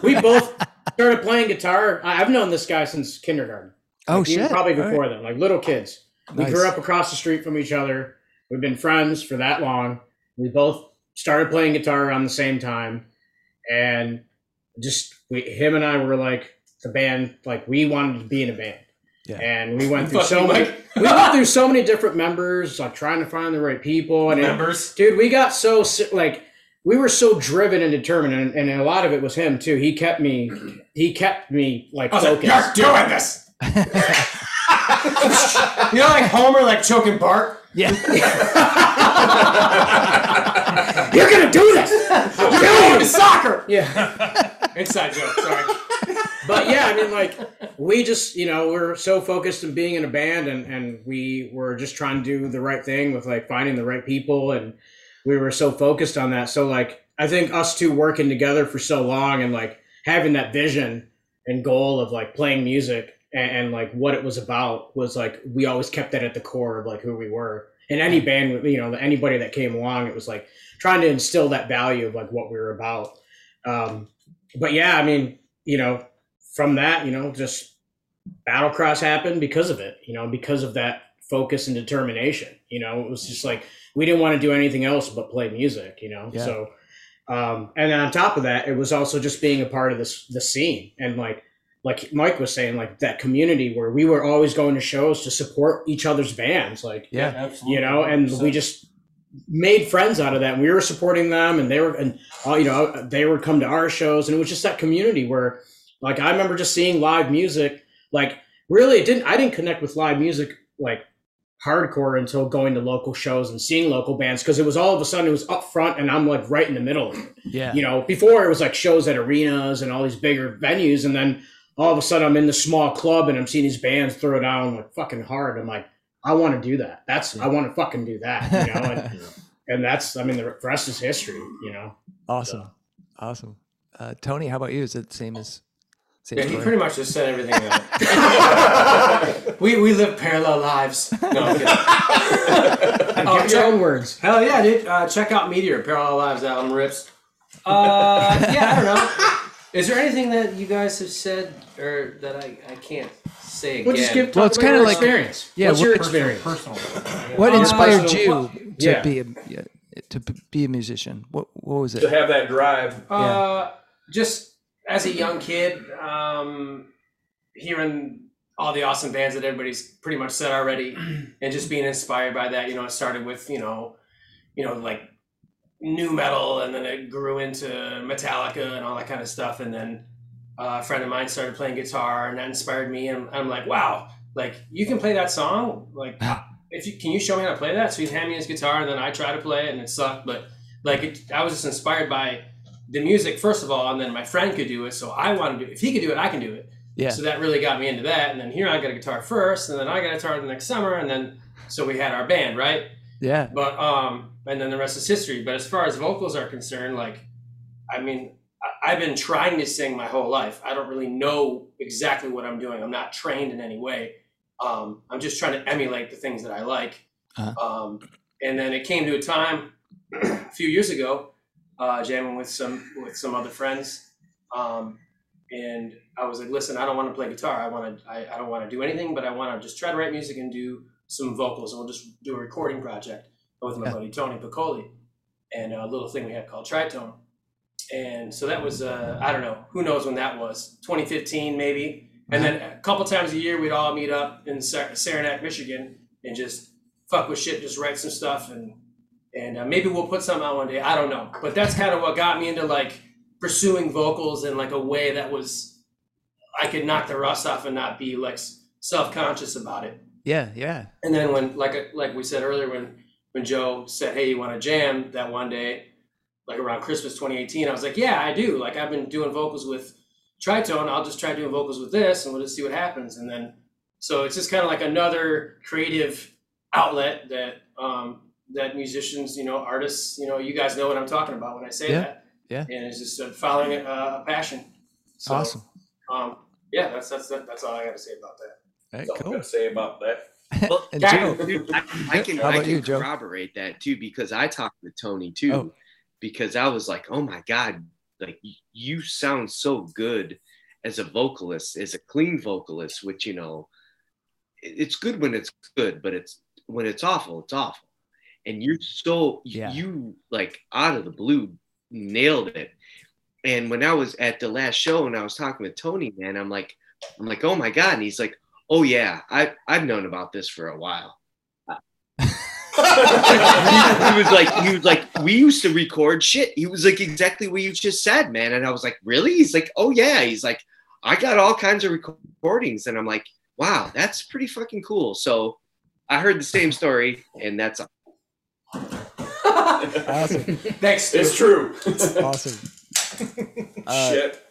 Speaker 6: we, we both started playing guitar. I- I've known this guy since kindergarten.
Speaker 1: oh
Speaker 6: Like, even
Speaker 1: shit,
Speaker 6: Probably
Speaker 1: All right.
Speaker 6: before then, like little kids. We
Speaker 1: Nice.
Speaker 6: grew up across the street from each other. We've been friends for that long. We both started playing guitar around the same time, and just we, him and I were like the band. Like we wanted to be in a band,
Speaker 1: Yeah.
Speaker 6: and we went through so many. we went through so many different members, like trying to find the right people. And it-
Speaker 2: Members.
Speaker 6: dude, we got so si- like we were so driven and determined, and, and a lot of it was him too. He kept me, he kept me like
Speaker 3: I was like,
Speaker 6: focused.
Speaker 3: You're doing this.
Speaker 2: You know, like Homer, like choking Bart.
Speaker 1: Yeah.
Speaker 2: You're gonna do this. You're going to soccer.
Speaker 6: Yeah.
Speaker 2: Inside joke. Sorry.
Speaker 6: But yeah, I mean, like, we just, you know, we're so focused on being in a band and, and we were just trying to do the right thing with like finding the right people. And we were so focused on that. So, like, I think us two working together for so long and like having that vision and goal of like playing music and, and like what it was about was like, we always kept that at the core of like who we were. And any band, you know, anybody that came along, it was like trying to instill that value of like what we were about. Um, but yeah, I mean, you know, from that, you know, just Battlecross happened because of it, you know, because of that focus and determination. You know, it was just like we didn't want to do anything else but play music, you know.
Speaker 1: Yeah.
Speaker 6: So um and then on top of that, it was also just being a part of this the scene and like like Mike was saying, like that community where we were always going to shows to support each other's bands. Like
Speaker 1: Yeah.
Speaker 4: absolutely.
Speaker 6: you know, and we just made friends out of that. And we were supporting them, and they were, and uh, you know, they would come to our shows, and it was just that community where, like, I remember just seeing live music. Like, really, it didn't. I didn't connect with live music like hardcore until going to local shows and seeing local bands because it was all of a sudden it was up front, and I'm like right in the middle. Of it
Speaker 1: Yeah.
Speaker 6: you know before it was like shows at arenas and all these bigger venues and then all of a sudden i'm in the small club and i'm seeing these bands throw down like fucking hard i'm like i want to do that that's i want to fucking do that you know and, and that's i mean the rest is history you know
Speaker 1: Awesome. Awesome. Uh, Tony, how about you? Is it the same as same
Speaker 2: Yeah, he
Speaker 1: story?
Speaker 2: pretty much just said everything. that- we we live parallel lives. No, I'm kidding. Oh,
Speaker 6: Give your
Speaker 2: check-
Speaker 6: own words
Speaker 2: Hell yeah, dude! Uh, check out Meteor Parallel Lives album rips. Uh, yeah, I don't know. Is there anything that you guys have said or that I, I can't say again?
Speaker 6: well just give
Speaker 1: Well,
Speaker 6: well,
Speaker 1: it's
Speaker 6: it's
Speaker 1: kinda
Speaker 6: kind of
Speaker 1: like-
Speaker 6: like experience
Speaker 1: yeah,
Speaker 6: what's your
Speaker 1: what-
Speaker 6: experience
Speaker 4: Personal.
Speaker 1: What
Speaker 2: Uh,
Speaker 1: inspired
Speaker 2: so
Speaker 1: you to
Speaker 6: yeah.
Speaker 1: be a yeah, to b- be a musician? What what was
Speaker 3: to
Speaker 1: it?
Speaker 3: have that drive.
Speaker 2: Uh, just as a young kid, um, hearing all the awesome bands that everybody's pretty much said already, and just being inspired by that. You know, it started with you know, you know, like new metal, and then it grew into Metallica and all that kind of stuff. And then uh, a friend of mine started playing guitar, and that inspired me. And I'm like, wow, like you can play that song. Like, if you can, you show me how to play that. So he'd hand me his guitar, and then I try to play it, and it sucked. But like, it, I was just inspired by the music first of all, and then my friend could do it, so I want to do. It. If he could do it, I can do it.
Speaker 1: Yeah.
Speaker 2: So that really got me into that, and then here I got a guitar first, and then I got a guitar the next summer, and then so we had our band, right?
Speaker 1: Yeah.
Speaker 2: But um, and then the rest is history. But as far as vocals are concerned, like, I mean, I, I've been trying to sing my whole life. I don't really know exactly what I'm doing. I'm not trained in any way. Um, I'm just trying to emulate the things that I like.
Speaker 1: Uh-huh.
Speaker 2: Um, and then it came to a time a few years ago, uh, jamming with some with some other friends, um, and I was like, listen, I don't want to play guitar. I want to. I, I don't want to do anything, but I want to just try to write music and do some vocals, and we'll just do a recording project with my
Speaker 1: Yeah.
Speaker 2: buddy Tony Piccoli, and a little thing we had called Tritone. And so that was uh, I don't know who knows when that was 2015 maybe, and then a couple times a year we'd all meet up in Sar- Saranac, Michigan, and just fuck with shit, just write some stuff, and and uh, maybe we'll put some out one day. I don't know, but that's kind of what got me into like pursuing vocals in like a way that was I could knock the rust off and not be like self conscious about it.
Speaker 1: Yeah. Yeah.
Speaker 2: And then when like uh, like we said earlier, when when Joe said, "Hey, you want to jam?" that one day, like around Christmas 2018, I was like, "Yeah, I do." Like I've been doing vocals with Tritone. I'll just try doing vocals with this, and we'll just see what happens. And then so it's just kind of like another creative outlet that um, that musicians, you know, artists, you know, you guys know what I'm talking about when I say
Speaker 1: Yeah,
Speaker 2: that.
Speaker 1: yeah.
Speaker 2: And it's just uh, following a, a passion. So,
Speaker 1: awesome.
Speaker 2: Um, yeah, that's that's that's all I got to say about that.
Speaker 1: All right,
Speaker 3: That's all I'm
Speaker 1: cool.
Speaker 3: gonna say about that.
Speaker 7: Well,
Speaker 1: And
Speaker 2: yeah.
Speaker 1: Joe.
Speaker 7: I, I can,
Speaker 1: How
Speaker 7: I
Speaker 1: about
Speaker 7: can
Speaker 1: you, Joe?
Speaker 7: corroborate that too because I talked to Tony too
Speaker 1: Oh.
Speaker 7: because I was like, oh my god, like y- you sound so good as a vocalist, as a clean vocalist, which you know, it- it's good when it's good, but it's when it's awful, it's awful. And you're so
Speaker 1: Yeah.
Speaker 7: you like out of the blue nailed it. And when I was at the last show and I was talking with Tony, man, I'm like, I'm like, oh my god, and he's like, oh yeah, I I've known about this for a while he was like, he was like, we used to record shit. He was like, exactly what you just said, man. And I was like, really? He's like, oh yeah. He's like, I got all kinds of recordings, and I'm like, wow, that's pretty fucking cool. So I heard the same story, and that's
Speaker 1: Awesome.
Speaker 2: Thanks.
Speaker 3: It's
Speaker 2: dude.
Speaker 3: true.
Speaker 1: awesome. Uh,
Speaker 3: Shit.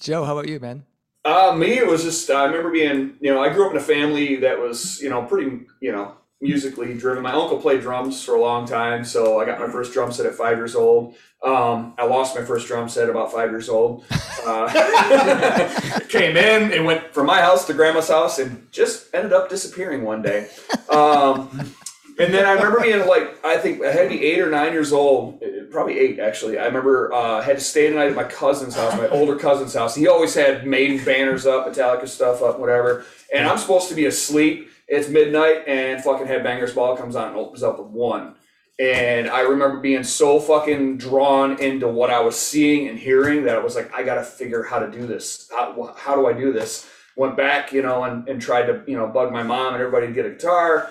Speaker 1: Joe, how about you, man?
Speaker 3: Uh, me, it was just, I remember being, you know, I grew up in a family that was, you know, pretty, you know, musically driven. My uncle played drums for a long time, so I got my first drum set at five years old. Um, I lost my first drum set about five years old. Uh, came in and went from my house to grandma's house and just ended up disappearing one day. Um, and then I remember being like, I think I had to be eight or nine years old, eh, probably eight actually. I remember uh, I had to stay the night at my cousin's house, my older cousin's house. He always had Maiden banners up, Metallica stuff up, whatever. And I'm supposed to be asleep. It's midnight and fucking Headbangers Ball comes on and opens up with one. And I remember being so fucking drawn into what I was seeing and hearing that I was like, I gotta figure how to do this. How, how do I do this? Went back, you know, and, and tried to, you know, bug my mom and everybody to get a guitar.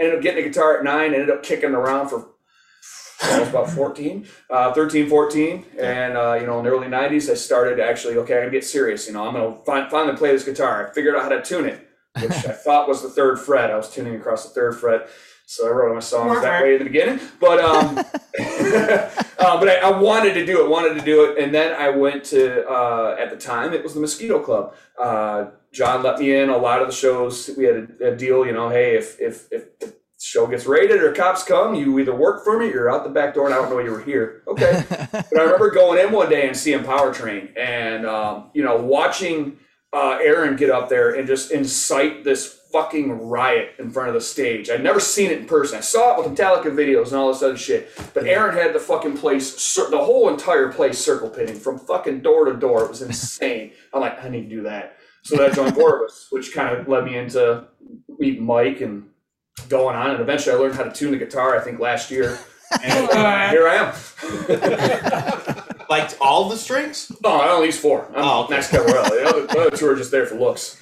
Speaker 3: Ended up getting a guitar at nine, ended up kicking around for I was about 14, uh, 13, 14. And, uh, you know, in the early 90s, I started actually, okay, I gotta get serious. You know, I'm gonna fin- finally play this guitar. I figured out how to tune it, which I thought was the third fret. I was tuning across the third fret. So I wrote my songs that way in the beginning. But, um, uh, but I, I wanted to do it, wanted to do it. And then I went to, uh, at the time, it was the Mosquito Club. Uh, John let me in a lot of the shows. We had a, a deal, you know, hey, if, if, if the show gets raided or cops come, you either work for me or you're out the back door and I don't know you were here. Okay. but I remember going in one day and seeing Powertrain and, um, you know, watching uh, Aaron get up there and just incite this fucking riot in front of the stage. I'd never seen it in person. I saw it with Metallica videos and all this other shit. But Aaron had the fucking place, cir- the whole entire place circle pitting from fucking door to door. It was insane. I'm like, I need to do that. So that joined Corvus, which kind of led me into meeting Mike and going on. And eventually I learned how to tune the guitar, I think last year. And uh, here I am.
Speaker 5: Like all the strings?
Speaker 3: Oh, I only use four. I'm
Speaker 5: Oh, okay.
Speaker 3: Max Cavarella. The other, the other two are just there for looks.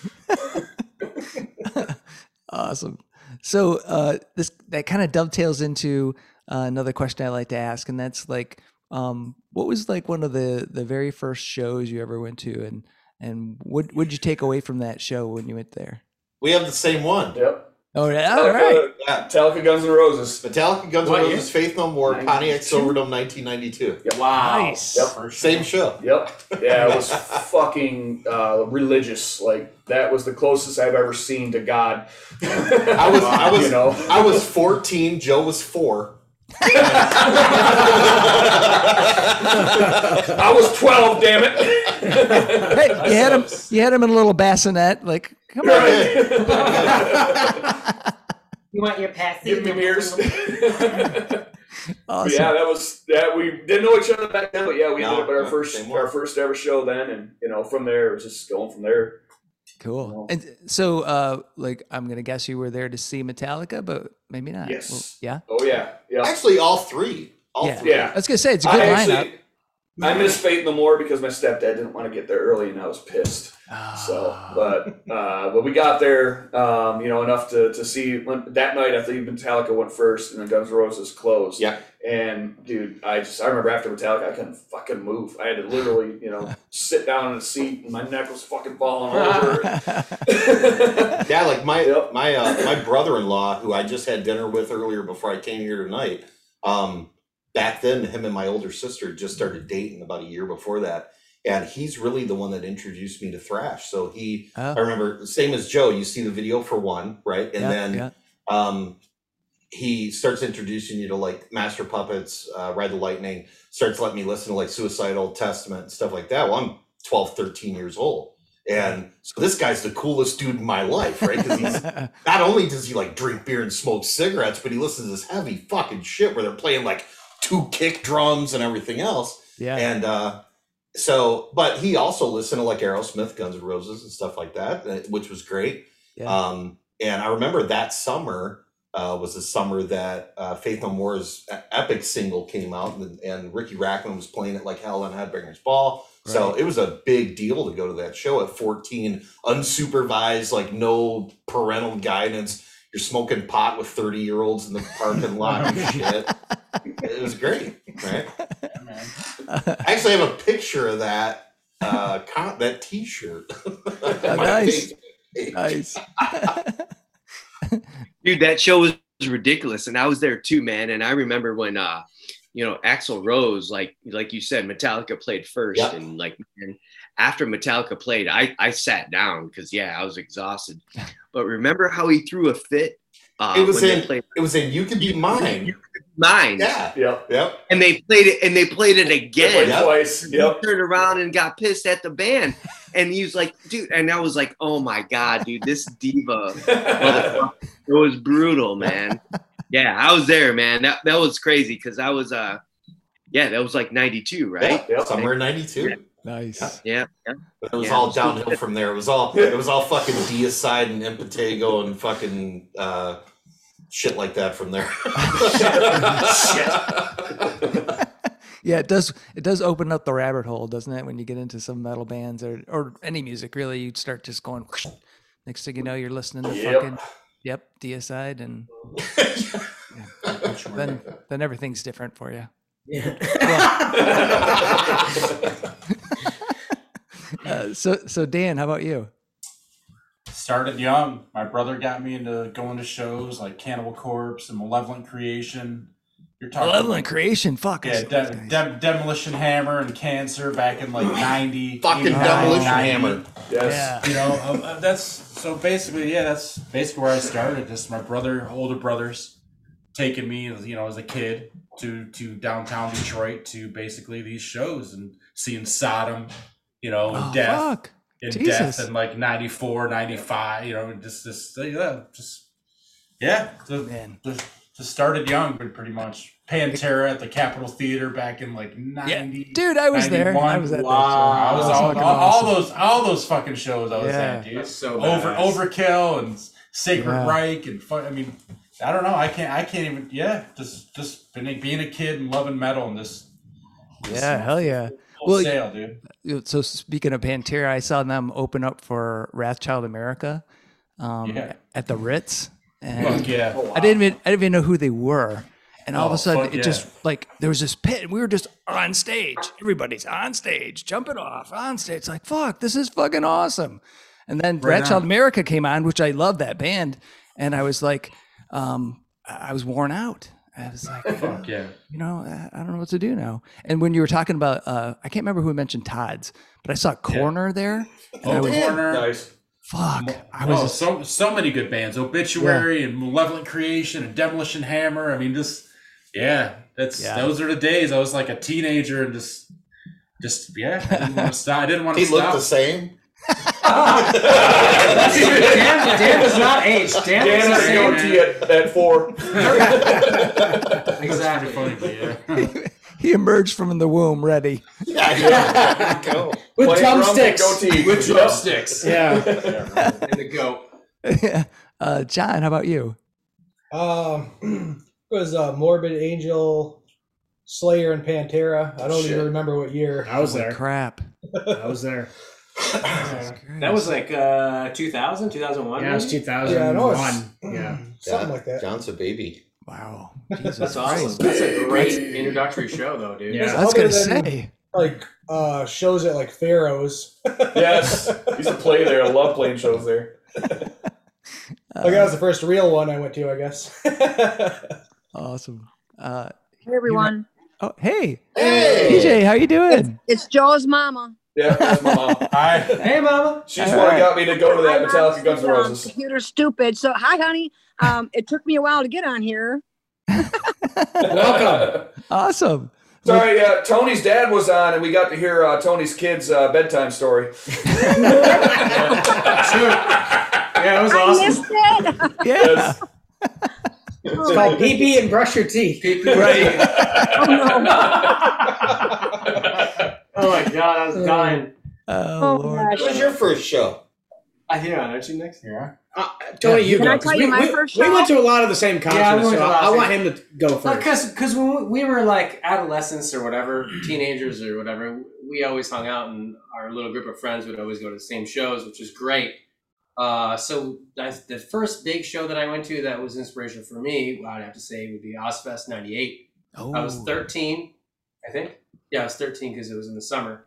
Speaker 1: Awesome. So uh, this that kind of dovetails into uh, another question I like to ask, and that's like, um, what was like one of the the very first shows you ever went to, and and what would you take away from that show when you went there?
Speaker 5: We have the same one.
Speaker 3: Yep.
Speaker 1: Oh, yeah, all right.
Speaker 5: Yeah.
Speaker 3: Metallica Guns N' Roses.
Speaker 5: Metallica, Guns N'
Speaker 2: What year?
Speaker 5: Roses, Faith No More,
Speaker 3: 92?
Speaker 5: Pontiac Silverdome, 1992.
Speaker 2: Wow.
Speaker 1: Nice.
Speaker 3: Yep.
Speaker 5: Same show.
Speaker 3: Yep. Yeah, it was fucking uh, religious. Like that was the closest I've ever seen to God.
Speaker 5: I was, I was,
Speaker 3: you know.
Speaker 5: I was 14. Joe was four.
Speaker 3: I was twelve. Damn it.
Speaker 1: Hey, you had him. You had him in a little bassinet. Like, come on.
Speaker 2: You want your passy?
Speaker 3: Give me mirrors.
Speaker 1: Awesome.
Speaker 3: Yeah, that was that. We didn't know each other back then, but yeah, we
Speaker 5: No,
Speaker 3: ended up at our
Speaker 5: no,
Speaker 3: first
Speaker 5: same
Speaker 3: our
Speaker 5: one.
Speaker 3: first ever show then, and you know from there it was just going from there.
Speaker 1: Cool. And so, uh, like, I'm gonna guess you were there to see Metallica, but maybe not.
Speaker 3: Yes.
Speaker 1: yeah.
Speaker 3: Oh yeah, yeah,
Speaker 5: Actually, all three. All
Speaker 1: Yeah.
Speaker 5: three.
Speaker 1: I
Speaker 3: yeah.
Speaker 1: was gonna say it's a good
Speaker 3: I
Speaker 1: lineup.
Speaker 3: actually I missed Faith No More because my stepdad didn't want to get there early, and I was pissed. So,
Speaker 1: Ah.
Speaker 3: but uh, but we got there, um, you know, enough to, to see when, that night. I think Metallica went first, and then Guns N' Roses closed.
Speaker 5: Yeah.
Speaker 3: And dude, I just I remember after Metallica, I couldn't fucking move. I had to literally, you know, sit down in a seat, and my neck was fucking falling over.
Speaker 5: Yeah, like my
Speaker 3: Oh. Yep.
Speaker 5: my uh, my brother-in-law, who I just had dinner with earlier before I came here tonight. Um, back then, him and my older sister just started dating about a year before that, and he's really the one that introduced me to thrash. So he,
Speaker 1: Oh.
Speaker 5: I remember, same as Joe. You see the video for one, right, and
Speaker 1: Yeah,
Speaker 5: then
Speaker 1: yeah.
Speaker 5: um, he starts introducing you to like Master Puppets, uh, Ride the Lightning, starts letting me listen to like Suicide, Old Testament, and stuff like that. Well, I'm 12, 13 years old. And so this guy's the coolest dude in my life, right? Because he's not only does he like drink beer and smoke cigarettes, but he listens to this heavy fucking shit where they're playing like two kick drums and everything else.
Speaker 1: yeah.
Speaker 5: And uh, so, but he also listened to like Aerosmith, Guns N' Roses, and stuff like that, uh, which was great.
Speaker 1: Yeah.
Speaker 5: Um, and I remember that summer uh, was the summer that uh, Faith No More's e- epic single came out, and, and Ricky Rackman was playing it like hell on Headbangers Ball. So it was a big deal to go to that show at 14, unsupervised, like no parental guidance. You're smoking pot with 30 year olds in the parking lot and shit. It was great, right? I actually have a picture of that uh, con- that T-shirt.
Speaker 1: Oh, nice. Nice.
Speaker 7: Dude, that show was ridiculous, and I was there too, man. And I remember when, uh, you know, Axl Rose, like like you said, Metallica played first,
Speaker 5: Yeah.
Speaker 7: and like man, after Metallica played, I I sat down because yeah, I was exhausted. But remember how he threw a fit? Uh,
Speaker 5: It was
Speaker 7: when they
Speaker 5: in-
Speaker 7: played
Speaker 5: It was in You Can Be Mine.
Speaker 7: mine,
Speaker 5: Yeah.
Speaker 3: Yep.
Speaker 5: Yep.
Speaker 7: and they played it, and they played it again.
Speaker 5: Yep.
Speaker 3: Twice. Yep.
Speaker 7: He turned around and got pissed at the band. And he was like, dude, and I was like, oh my God, dude, this diva. motherfucker. it was brutal, man. Yeah, I was there, man. That that was crazy because I was uh yeah, that was like ninety two, right?
Speaker 5: Yeah, somewhere in '92.
Speaker 1: Nice.
Speaker 7: Yeah. yeah.
Speaker 5: But It was
Speaker 7: Yeah.
Speaker 5: all downhill from there. It was all it was all fucking deicide and impetigo and fucking uh, shit like that from there.
Speaker 1: Yeah, it does. It does open up the rabbit hole, doesn't it? When you get into some metal bands or or any music, really, you start just going. Next thing you know, you're listening to
Speaker 3: Yep.
Speaker 1: fucking yep, deicide, and then then everything's different for you. Uh, so so Dan, how about you?
Speaker 4: Started young. My brother got me into going to shows like Cannibal Corpse and Malevolent Creation. You're talking
Speaker 1: Malevolent Creation, fuck. I
Speaker 4: Yeah,
Speaker 1: saw those
Speaker 4: de-
Speaker 1: guys.
Speaker 4: de- Demolition Hammer and Cancer back in like 90.
Speaker 5: fucking
Speaker 4: 89,
Speaker 5: demolition
Speaker 4: 90.
Speaker 5: hammer.
Speaker 1: Yeah.
Speaker 4: You know, um, uh, that's so basically, yeah, that's basically where I started. Just my brother, older brothers, taking me, you know, as a kid to to downtown Detroit to basically these shows and seeing Sodom, you know, and
Speaker 1: Oh,
Speaker 4: death
Speaker 1: fuck.
Speaker 4: in
Speaker 1: Jesus.
Speaker 4: death in like 94, 95, you know, just this, yeah, just, yeah, the-
Speaker 1: Man.
Speaker 4: the- just started young, but pretty much Pantera at the Capitol Theater back in like 90.
Speaker 1: Dude, I was there. I
Speaker 4: 91.
Speaker 1: was at
Speaker 3: Wow.
Speaker 4: I was
Speaker 1: That's
Speaker 4: all, all,
Speaker 1: fucking
Speaker 4: all
Speaker 1: awesome.
Speaker 4: those all those fucking shows I was
Speaker 1: Yeah.
Speaker 4: at, dude.
Speaker 2: That's so
Speaker 4: Over
Speaker 2: badass.
Speaker 4: Overkill and Sacred
Speaker 1: Yeah.
Speaker 4: Reich and fu- I mean, I don't know. I can't. I can't even. Yeah, just just been- being a kid and loving metal and this.
Speaker 1: that show. Yeah, hell yeah. Well,
Speaker 4: Wholesale, dude.
Speaker 1: you- so speaking of Pantera, I saw them open up for Wrathchild America um,
Speaker 4: Yeah.
Speaker 1: at the Ritz, and
Speaker 4: Fuck yeah.
Speaker 1: I didn't even I didn't even know who they were. And all of
Speaker 4: Oh,
Speaker 1: a sudden, it
Speaker 4: fuck yeah.
Speaker 1: just like there was this pit, and we were just on stage. Everybody's on stage, jumping off on stage. It's like fuck, this is fucking awesome. And then
Speaker 4: Right
Speaker 1: Ratchild
Speaker 4: on.
Speaker 1: America came on, which I love that band, and I was like, um, I I was worn out. I was like,
Speaker 4: Fuck yeah.
Speaker 1: you know, I, I don't know what to do now. And when you were talking about, uh, I can't remember who mentioned Todd's, but I saw Corner there, and I
Speaker 4: Oh,
Speaker 1: was
Speaker 4: Corner.
Speaker 3: nice.
Speaker 1: fuck. I
Speaker 4: oh,
Speaker 1: was
Speaker 4: so so many good bands. Obituary and Malevolent Creation and Demolition Hammer. I mean, just yeah, that's
Speaker 1: Yeah.
Speaker 4: those are the days. I was like a teenager and just just yeah, I didn't want to stop. I didn't want
Speaker 5: He
Speaker 4: to
Speaker 5: looked
Speaker 4: stop.
Speaker 5: the same.
Speaker 6: Dan, Dan does not age.
Speaker 3: Dan
Speaker 6: Dan, is the
Speaker 3: is the
Speaker 6: same.
Speaker 3: OT at, at four.
Speaker 4: Exactly. Funny, but yeah.
Speaker 1: he emerged from the womb ready.
Speaker 5: Yeah, yeah. There you go.
Speaker 6: with
Speaker 3: Play drums and
Speaker 6: drumsticks.
Speaker 3: goatee.
Speaker 2: With
Speaker 3: Yep.
Speaker 2: drumsticks
Speaker 6: Yeah,
Speaker 2: and the goat.
Speaker 1: uh, John, how about you?
Speaker 9: Um, it was uh, Morbid Angel, Slayer, and Pantera. I don't
Speaker 3: Shit.
Speaker 9: even remember what year.
Speaker 6: I was
Speaker 1: Holy
Speaker 6: there.
Speaker 1: Crap.
Speaker 6: I was there.
Speaker 2: That was like uh 2000, 2001.
Speaker 6: Yeah, it was
Speaker 2: maybe?
Speaker 6: 2001. Yeah,
Speaker 9: Something like that.
Speaker 5: John's a baby.
Speaker 1: wow. Jesus
Speaker 2: That's
Speaker 1: Christ.
Speaker 2: awesome. That's a great introductory show, though, dude.
Speaker 6: Yeah.
Speaker 1: I was gonna
Speaker 9: Other than-
Speaker 1: say.
Speaker 9: Like uh, shows at like Pharaoh's.
Speaker 3: Yes. I used to play there. I love playing shows there.
Speaker 1: uh,
Speaker 9: Like that was the first real one I went to, I guess.
Speaker 1: awesome. Uh,
Speaker 11: Hey everyone,
Speaker 1: oh, hey,
Speaker 5: Hey,
Speaker 1: PJ, how you doing?
Speaker 11: it's Joe's mama.
Speaker 3: Yeah, that's my mom.
Speaker 4: I
Speaker 2: Hey, mama.
Speaker 3: She's the one that got me to go to
Speaker 11: My
Speaker 3: that
Speaker 11: mom's
Speaker 3: Metallica Guns N'
Speaker 11: um,
Speaker 3: Roses.
Speaker 11: Computer stupid. So hi, honey. Um, it took me a while to get on here.
Speaker 3: Welcome.
Speaker 1: Awesome.
Speaker 3: Sorry, uh, Tony's dad was on, and we got to hear uh, Tony's kid's uh, bedtime story.
Speaker 2: Yeah, it was
Speaker 11: I
Speaker 2: awesome.
Speaker 11: missed it.
Speaker 1: Yeah.
Speaker 11: Oh,
Speaker 6: By PP and brush your teeth.
Speaker 2: Right.
Speaker 11: oh, no.
Speaker 2: oh my god, I
Speaker 9: Uh.
Speaker 2: was dying.
Speaker 1: Oh,
Speaker 6: Uh,
Speaker 11: Oh,
Speaker 1: Lord.
Speaker 5: what was
Speaker 11: gosh.
Speaker 5: your first show?
Speaker 2: I hear on, aren't you next? Yeah.
Speaker 6: Uh, Tony, you
Speaker 11: Can
Speaker 6: go,
Speaker 11: I
Speaker 6: 'cause
Speaker 11: tell
Speaker 6: we,
Speaker 11: you my
Speaker 6: we-
Speaker 11: first
Speaker 6: we
Speaker 11: show?
Speaker 6: went to a lot of the same concerts,
Speaker 2: Yeah, we went
Speaker 6: so
Speaker 2: to a lot
Speaker 6: I,
Speaker 2: of
Speaker 6: want him to go first.
Speaker 2: Because because when we were like adolescents or whatever, teenagers or whatever, we always hung out and our little group of friends would always go to the same shows, which is great. Uh, so that's the first big show that I went to that was inspirational for me. I'd have to say would be Ozfest '98.
Speaker 1: Oh,
Speaker 2: I was 13, I think. Yeah, I was 13 because it was in the summer,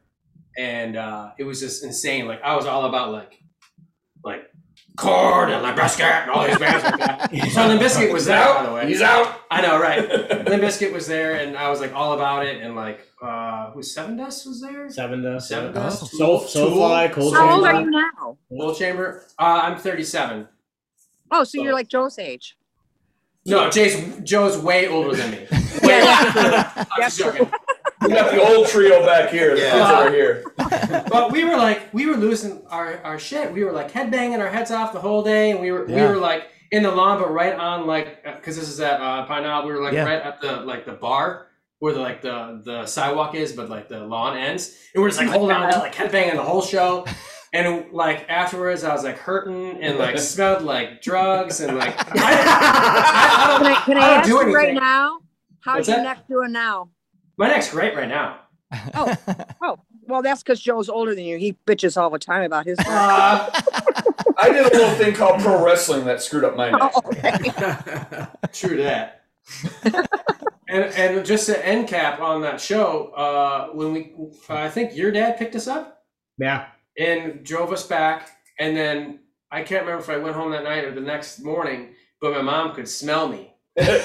Speaker 2: and uh, it was just insane. Like I was all about like, like Corn and Limp Bizkit and all these bands like that. So Limp Bizkit was
Speaker 3: He's
Speaker 2: there,
Speaker 3: out.
Speaker 2: by the way.
Speaker 3: He's out.
Speaker 2: I know, right? Limp Bizkit was there, and I was like all about it, and like, uh, who Seven Dust was there?
Speaker 6: Seven Dust.
Speaker 2: Seven
Speaker 6: yeah.
Speaker 2: Dust.
Speaker 6: Soul,
Speaker 2: Tool,
Speaker 6: Soulfly,
Speaker 2: Tool.
Speaker 6: Cold
Speaker 11: How old are
Speaker 6: Chamber.
Speaker 11: you now?
Speaker 2: Cold Chamber. Uh, I'm 37.
Speaker 11: Oh, so you're like Joe's age.
Speaker 2: No, Jay's Joe's way older than me.
Speaker 3: We got the old trio back here. The
Speaker 2: Yeah.
Speaker 3: kids are here.
Speaker 2: but we were like, we were losing our, our shit. We were like headbanging our heads off the whole day, and we were we
Speaker 1: Yeah.
Speaker 2: were like in the lawn, but right on like because this is at uh, Pine Knob. We were like
Speaker 1: Yeah.
Speaker 2: right at the like the bar where the like the the sidewalk is, but like the lawn ends, and we're just like holding on, to, like headbanging the whole show. And like afterwards, I was like hurting and like smelled like drugs and like
Speaker 11: Can I, can I,
Speaker 2: I don't
Speaker 11: ask
Speaker 2: do
Speaker 11: you right
Speaker 2: anything.
Speaker 11: now? How's
Speaker 2: What's
Speaker 11: your
Speaker 2: that?
Speaker 11: neck doing now?
Speaker 2: my neck's great right now.
Speaker 11: Oh, well, that's because Joe's older than you. He bitches all the time about his.
Speaker 3: I did a little thing called pro wrestling that screwed up my neck.
Speaker 11: Oh,
Speaker 2: True that. and and just to end cap on that show, uh, when we, I think your dad picked us up
Speaker 6: Yeah.
Speaker 2: and drove us back, and then I can't remember if I went home that night or the next morning, but my mom could smell me, and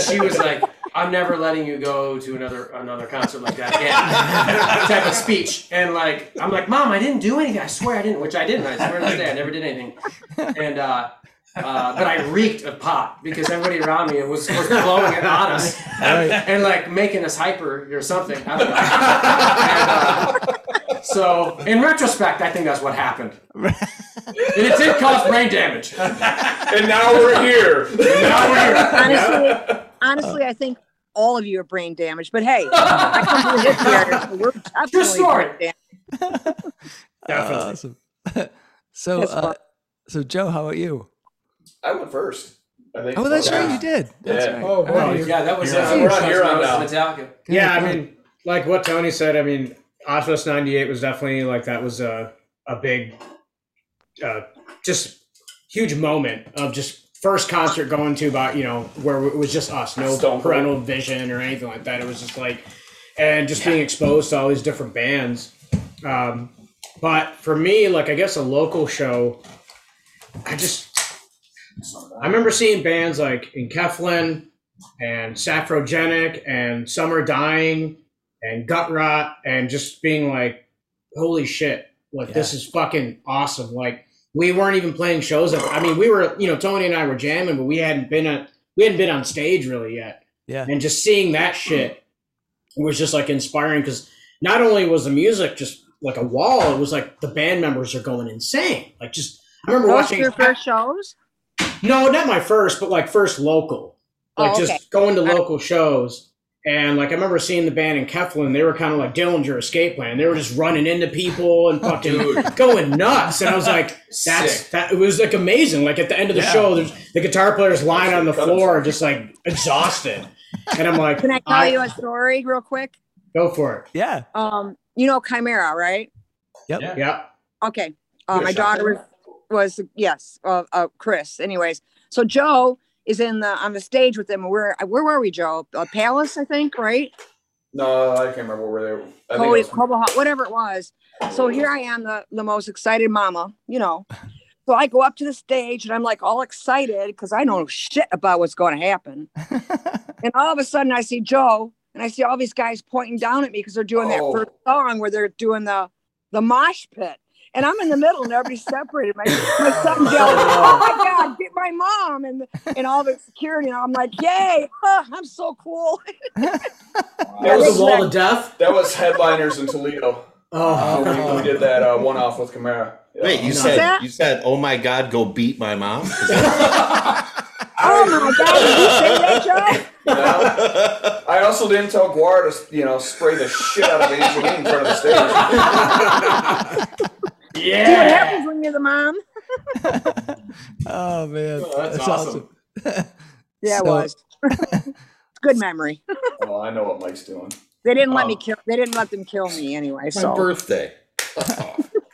Speaker 2: she was like. I'm never letting you go to another another concert like that again. type of speech, and like I'm like, Mom, I didn't do anything. I swear I didn't, which I didn't. I swear to this day, I never did anything. And uh, uh, but I reeked of pot because everybody around me was, was blowing it on us and like making us hyper or something. I don't know. And, uh, so in retrospect, I think that's what happened. it did cause brain damage.
Speaker 3: And now we're here.
Speaker 2: now we're here.
Speaker 11: honestly, honestly, I think all of you are brain damaged. But hey, I come from the history artist, so we're definitely
Speaker 2: story.
Speaker 11: brain damaged.
Speaker 1: Definitely. Awesome. so,
Speaker 3: That's
Speaker 1: uh, so Joe, how about you?
Speaker 3: I went first. I think.
Speaker 1: Oh, that's right, you did. That's
Speaker 3: yeah.
Speaker 1: right.
Speaker 6: Oh, wow.
Speaker 2: Yeah, that was uh,
Speaker 3: We're on here on
Speaker 2: that
Speaker 3: now.
Speaker 2: was Metallica.
Speaker 6: Yeah, I mean, like what Tony said, I mean, Osmos 98 was definitely like that was a, a big, uh, just huge moment of just first concert going to about, you know, where it was just us, no
Speaker 3: Stone Cold.
Speaker 6: parental vision or anything like that. It was just like, and just being exposed to all these different bands. Um, but for me, like, I guess a local show, I just, I remember seeing bands like in Keflin and Saphrogenic and Summer Dying and Gut Rot and just being like, holy shit, like this is fucking awesome. Like we weren't even playing shows. Up. I mean, we were, you know, Tony and I were jamming, but we hadn't been on, we hadn't been on stage really yet.
Speaker 1: Yeah.
Speaker 6: And just seeing that shit was just like inspiring because not only was the music just like a wall, it was like the band members are going insane. Like just, I remember
Speaker 11: Those
Speaker 6: watching
Speaker 11: were your first shows.
Speaker 6: no, not my first, but like first local. Like
Speaker 11: Oh, okay.
Speaker 6: just going to local shows. And like I remember seeing the band in Keflin, they were kind of like Dillinger Escape Plan. They were just running into people
Speaker 1: Oh,
Speaker 6: and fucking
Speaker 2: Dude.
Speaker 6: going nuts. And I was like, that's
Speaker 2: Sick.
Speaker 6: that it was like amazing. Like at the end of the
Speaker 1: Yeah.
Speaker 6: show, there's the guitar players lying on the floor just like exhausted. And I'm like,
Speaker 11: Can I tell
Speaker 6: I-
Speaker 11: you a story real quick?
Speaker 6: go for it.
Speaker 1: Yeah.
Speaker 11: Um, you know Chimera, right?
Speaker 1: Yep.
Speaker 4: Yeah.
Speaker 6: Yeah.
Speaker 11: Okay. Uh,
Speaker 3: You're
Speaker 11: my
Speaker 3: shocked
Speaker 11: daughter
Speaker 3: at
Speaker 11: was, was yes, uh, uh, Chris. Anyways, so Joe is in the on the stage with them. Where where were we, Joe? A palace, I think, right?
Speaker 3: No, I can't remember where they were. I
Speaker 11: Cody,
Speaker 3: think it was-
Speaker 11: Cobo Hall, whatever it was. So here I am, the, the most excited mama, you know. So I go up to the stage and I'm like all excited because I know shit about what's going to happen. and all of a sudden I see Joe and I see all these guys pointing down at me because they're doing
Speaker 3: Oh.
Speaker 11: that first song where they're doing the the mosh pit. And I'm in the middle and everybody's separated. My, my son goes, Oh my God, get my mom and and all the security. And I'm like, Yay, huh, I'm so cool.
Speaker 3: That was,
Speaker 6: wall of death.
Speaker 3: that was headliners in Toledo.
Speaker 6: Oh,
Speaker 3: So we, we did that uh, one off with Camara. Yeah.
Speaker 5: Wait, you
Speaker 11: Is
Speaker 5: said
Speaker 11: that-
Speaker 5: you said, "Oh my God, go beat my mom."
Speaker 11: Oh my God, did you say that, Joe?
Speaker 3: Yeah. I also didn't tell Guar to you know spray the shit out of Angelina in front of the stage.
Speaker 11: See what happens when you're the mom?
Speaker 1: Oh man,
Speaker 2: Oh, that's awesome.
Speaker 11: Yeah,
Speaker 1: So-
Speaker 11: it was. Good memory.
Speaker 3: Oh, I know what Mike's doing.
Speaker 11: They didn't let me
Speaker 3: Oh.
Speaker 11: kill. They didn't let them kill me anyway.
Speaker 5: my
Speaker 11: So
Speaker 5: birthday.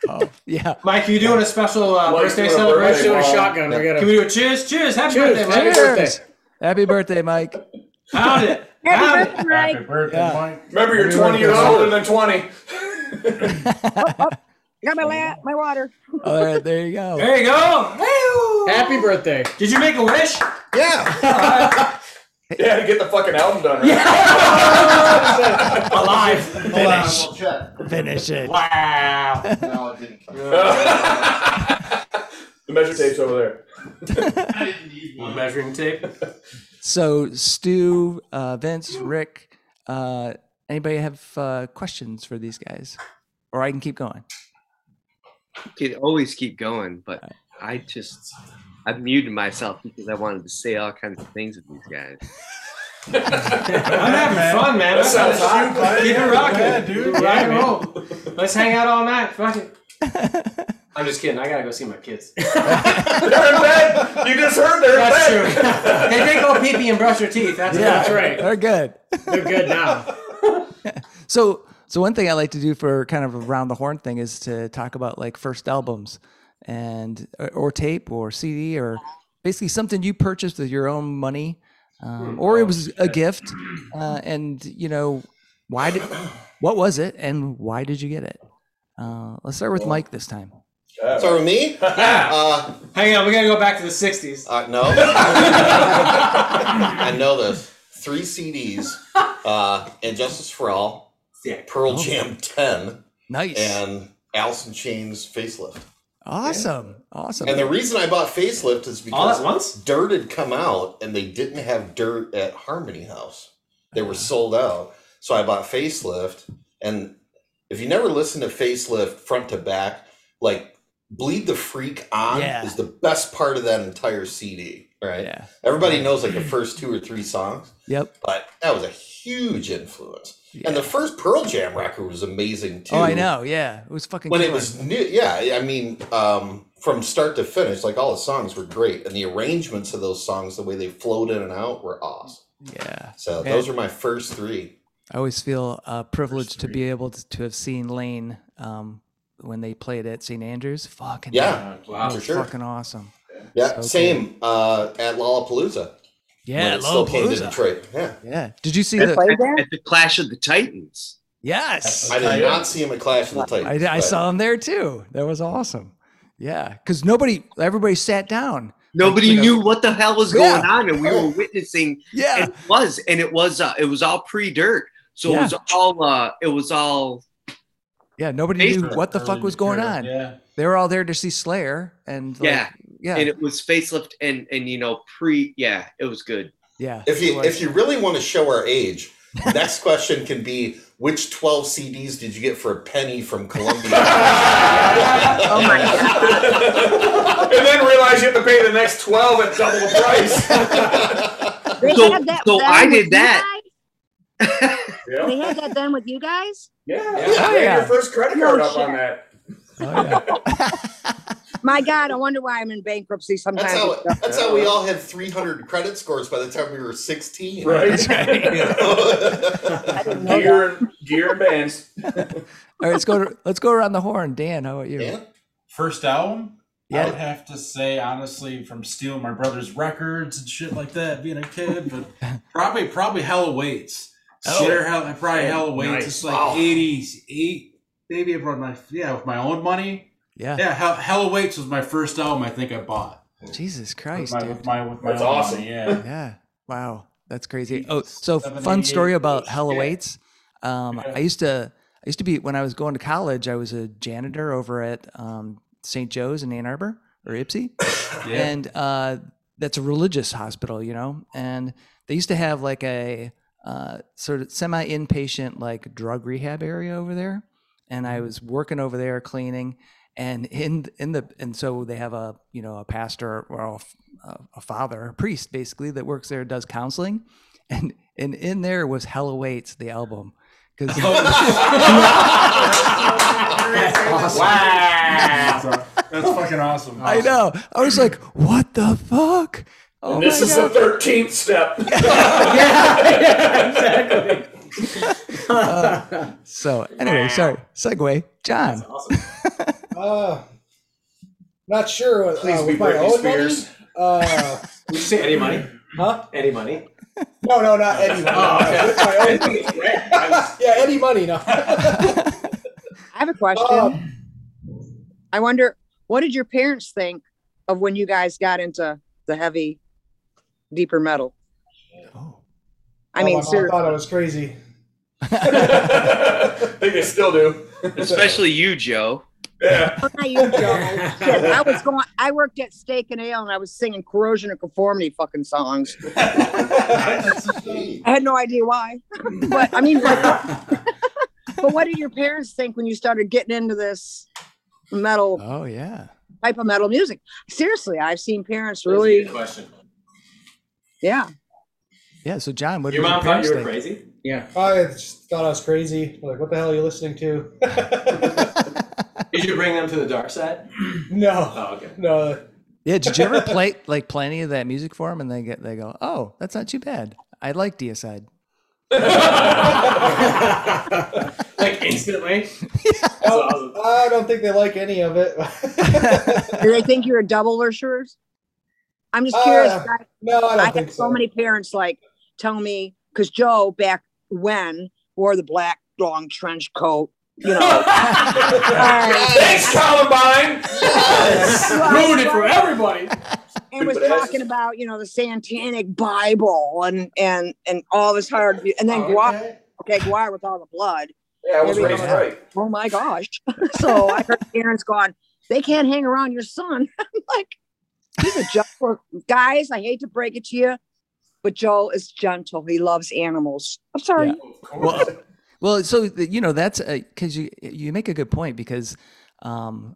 Speaker 1: Oh, yeah.
Speaker 2: Mike, you doing a special uh,
Speaker 3: Mike's
Speaker 2: birthday
Speaker 3: doing a birthday
Speaker 6: Let's
Speaker 2: celebration?
Speaker 6: do a
Speaker 3: Mom.
Speaker 6: shotgun. We gotta
Speaker 2: Can we do a cheers? Cheers! Happy
Speaker 6: Cheers.
Speaker 2: birthday,
Speaker 6: Happy
Speaker 2: Mike!
Speaker 6: birthday.
Speaker 1: Happy birthday, Mike.
Speaker 2: Found it.
Speaker 11: happy
Speaker 2: Found it.
Speaker 11: birthday, Mike.
Speaker 4: Happy birthday,
Speaker 1: Yeah.
Speaker 4: Mike.
Speaker 3: Remember, you're
Speaker 1: Everyone
Speaker 3: 20 years
Speaker 1: goes-
Speaker 3: older than 20.
Speaker 11: I got my la- my water.
Speaker 1: All right, there you go.
Speaker 2: There you go.
Speaker 6: Happy birthday.
Speaker 2: Did you make a wish?
Speaker 3: Yeah. yeah, to get the fucking album done. Right?
Speaker 2: Alive.
Speaker 1: Finish it.
Speaker 2: Wow.
Speaker 3: No, it didn't. the measure tape's over there.
Speaker 2: measuring tape.
Speaker 1: So Stu, uh, Vince, Rick, uh, anybody have uh, questions for these guys, or I can keep going.
Speaker 7: could always keep going, but I just I've muted myself because I wanted to say all kinds of things with these guys.
Speaker 2: I'm having fun,
Speaker 7: That
Speaker 2: man. Let's
Speaker 7: sounds hot, buddy.
Speaker 2: Keep
Speaker 7: Yeah,
Speaker 2: it rocking,
Speaker 7: yeah, dude.
Speaker 2: Keep it
Speaker 7: Yeah,
Speaker 2: Rock and
Speaker 7: man.
Speaker 2: roll. Let's hang out all night. Fuck it. I'm just kidding. I gotta go see my kids.
Speaker 3: they're in bed. You just heard they're
Speaker 2: That's
Speaker 3: in bed.
Speaker 2: True. They take old pee pee and brush their teeth. That's
Speaker 1: Yeah,
Speaker 2: that's
Speaker 1: right. They're good.
Speaker 6: They're good now.
Speaker 1: So, so one thing I like to do for kind of a round the horn thing is to talk about like first albums and or, or tape or CD or basically something you purchased with your own money, um, or
Speaker 5: Oh,
Speaker 1: it was a gift, uh, and you know why did what was it and why did you get it? Uh, let's start with Mike this time.
Speaker 5: So with me? Uh,
Speaker 2: Hang on, we gotta go back to the '60s.
Speaker 5: Uh, no, I know this. Three CDs, uh, Injustice for All,
Speaker 2: Yeah.
Speaker 5: Pearl
Speaker 1: Oh.
Speaker 5: Jam Ten,
Speaker 1: Nice.
Speaker 5: and Alice in Chains Facelift.
Speaker 1: Awesome, awesome.
Speaker 5: And the reason I bought Facelift is because
Speaker 1: All at once?
Speaker 5: Dirt had come out and they didn't have Dirt at Harmony House. They
Speaker 1: Uh-huh.
Speaker 5: were sold out. So I bought Facelift. And if you never listen to Facelift front to back, like Bleed the Freak on
Speaker 1: Yeah.
Speaker 5: is the best part of that entire CD, right?
Speaker 1: Yeah.
Speaker 5: Everybody knows like the first two or three songs,
Speaker 1: Yep.
Speaker 5: but that was a huge influence. And the first Pearl Jam record was amazing too
Speaker 1: Oh, I know. Yeah, it was fucking.
Speaker 5: when it
Speaker 1: killer.
Speaker 5: was new yeah i mean um from start to finish like all the songs were great and the arrangements of those songs the way they flowed in and out were awesome
Speaker 1: yeah
Speaker 5: so
Speaker 1: Man.
Speaker 5: those are my first three
Speaker 1: I always feel uh, privileged to be able to, to have seen Lane um, when they played at St. Andrews. Fucking
Speaker 5: Yeah,
Speaker 1: it
Speaker 5: wow, for
Speaker 1: was
Speaker 5: sure.
Speaker 1: fucking awesome.
Speaker 5: yeah
Speaker 1: So cool.
Speaker 5: same uh at lollapalooza
Speaker 1: Yeah,
Speaker 5: when it still came to
Speaker 1: Lollapalooza.
Speaker 5: detroit yeah
Speaker 1: Yeah. Did you see
Speaker 7: at,
Speaker 1: the?
Speaker 7: at, at the Clash of the Titans?
Speaker 1: Yes.
Speaker 5: i did not see him at clash of the
Speaker 1: I,
Speaker 5: titans
Speaker 1: I
Speaker 5: but-
Speaker 1: saw him there too. That was awesome. Yeah, because nobody, everybody sat down.
Speaker 7: Nobody
Speaker 1: Like, you know,
Speaker 7: knew what the hell was
Speaker 1: Yeah.
Speaker 7: going on, and we were witnessing.
Speaker 1: Yeah,
Speaker 7: and it was, and it was, uh, it was all pre-dirt, so it was
Speaker 1: Yeah.
Speaker 7: all, uh, it was all.
Speaker 1: Yeah, nobody knew
Speaker 7: Facebook
Speaker 1: what the fuck was going on.
Speaker 7: Yeah.
Speaker 1: They were all there to see Slayer, and like,
Speaker 7: Yeah.
Speaker 1: yeah,
Speaker 7: And it was facelift and and you know pre yeah it was good.
Speaker 1: yeah.
Speaker 5: if
Speaker 1: it
Speaker 5: you
Speaker 1: was.
Speaker 5: if you really want to show our age next question can be which 12 cds did you get for a penny from columbia
Speaker 3: oh my god. and then realize you have to pay the next 12 at double the price.
Speaker 11: They
Speaker 7: So-
Speaker 11: had that
Speaker 7: so
Speaker 11: then
Speaker 7: I
Speaker 11: with
Speaker 7: did
Speaker 11: you
Speaker 7: that.
Speaker 11: guys? They had that done with you guys.
Speaker 3: Yeah.
Speaker 1: Oh,
Speaker 3: Pay
Speaker 1: yeah.
Speaker 3: your first credit
Speaker 11: No
Speaker 3: card up
Speaker 11: shit.
Speaker 3: on that.
Speaker 11: My God, I wonder why I'm in bankruptcy sometimes.
Speaker 5: That's how, that's how we all had 300 credit scores by the time we were 16.
Speaker 3: Right. That's Gear, gear and bands.
Speaker 1: all right, let's go. To, let's go around the horn. Dan, how about you?
Speaker 4: First album,
Speaker 1: Yeah.
Speaker 4: I would have to say honestly from stealing my brother's records and shit like that, being a kid, but probably probably Hell Awaits.
Speaker 1: Oh.
Speaker 4: Shit, or hell, probably Hell Awaits.
Speaker 6: Nice.
Speaker 4: It's like eighties eight. Maybe I brought my yeah with my own money.
Speaker 1: Yeah.
Speaker 4: yeah. Hell, Hell Awaits was my first album I think I bought.
Speaker 1: Jesus
Speaker 4: With
Speaker 1: Christ,
Speaker 4: my,
Speaker 1: dude.
Speaker 4: with my with my
Speaker 3: That's
Speaker 4: own
Speaker 3: awesome.
Speaker 4: money, yeah.
Speaker 1: yeah. Wow. That's crazy. Oh, so
Speaker 4: seven,
Speaker 1: fun
Speaker 4: eight,
Speaker 1: story
Speaker 4: eight,
Speaker 1: about
Speaker 4: eight,
Speaker 1: Hell
Speaker 4: yeah.
Speaker 1: Awaits. Um, I used to, I used to be, when I was going to college, I was a janitor over at um, St. Joe's in Ann Arbor or Ipsy.
Speaker 4: Yeah.
Speaker 1: And uh, that's a religious hospital, you know? And they used to have like a uh, sort of semi inpatient, like drug rehab area over there. And I was working over there cleaning. And in in the and so they have a you know a pastor or a f- a, a father, a priest basically that works there does counseling, and and in there was Hell Awaits the album because
Speaker 4: Wow. That's fucking awesome.
Speaker 1: I know I was like what the fuck oh
Speaker 3: this
Speaker 1: my
Speaker 3: is
Speaker 1: God.
Speaker 3: the 13th step.
Speaker 1: so anyway sorry segue John
Speaker 9: Uh, not sure. Uh,
Speaker 3: Please be
Speaker 9: with my
Speaker 3: Britney
Speaker 9: own
Speaker 3: Spears.
Speaker 9: money. Uh,
Speaker 2: Did you say any money?
Speaker 9: Huh?
Speaker 2: Any money?
Speaker 9: no, no, not Eddie.
Speaker 2: Oh, okay.
Speaker 9: With my own money. yeah, Eddie money. No.
Speaker 11: I have a question.
Speaker 9: Um,
Speaker 11: I wonder what did your parents think of when you guys got into the heavy, deeper metal? I mean,
Speaker 9: Oh, I
Speaker 11: seriously.
Speaker 9: thought I was crazy.
Speaker 3: I think they still do.
Speaker 7: Especially you, Joe.
Speaker 11: Well, not you, Joe. Shit, I was going. I worked at Steak and Ale, and I was singing corrosion and conformity fucking songs. I had no idea why, but I mean, but, but what did your parents think when you started getting into this metal
Speaker 1: Oh yeah.
Speaker 11: type of metal music? Seriously, I've seen parents really,
Speaker 2: question.
Speaker 11: yeah.
Speaker 1: Yeah. So John, what
Speaker 2: Your
Speaker 1: did your
Speaker 2: mom thought
Speaker 1: parents
Speaker 2: you were
Speaker 1: think?
Speaker 2: crazy.
Speaker 6: Yeah.
Speaker 9: I just thought I was crazy. Like, what the hell are you listening to?
Speaker 2: Did you bring them to the dark side?
Speaker 9: No,
Speaker 2: Oh, okay.
Speaker 9: no.
Speaker 1: Yeah. Did you ever play like play any of that music for them, and they get they go, oh, that's not too bad. I like Deicide.
Speaker 2: Like instantly.
Speaker 9: No, I don't think they like any of it.
Speaker 11: Do they think you're a double or sure? I'm just curious.
Speaker 9: Uh,
Speaker 11: guys.
Speaker 9: no, I don't
Speaker 11: I
Speaker 9: think
Speaker 11: had so
Speaker 9: so.
Speaker 11: many parents like tell me because Joe back when wore the black long trench coat. You know,
Speaker 3: Thanks, Columbine.
Speaker 2: Ruined it for everybody.
Speaker 11: and was talking about you know the Santanic Bible and and and all this hard and then Guar okay Guar with all the blood.
Speaker 3: Yeah, I was
Speaker 11: Maybe
Speaker 3: raised
Speaker 11: I'm-
Speaker 3: right.
Speaker 11: Oh my gosh! so I heard parents gone. They can't hang around your son. I'm like, he's a jungle. Guys, I hate to break it to you, but Joel is gentle. He loves animals. I'm sorry.
Speaker 1: Yeah. well, well, so th- you know that's because you you make a good point because um,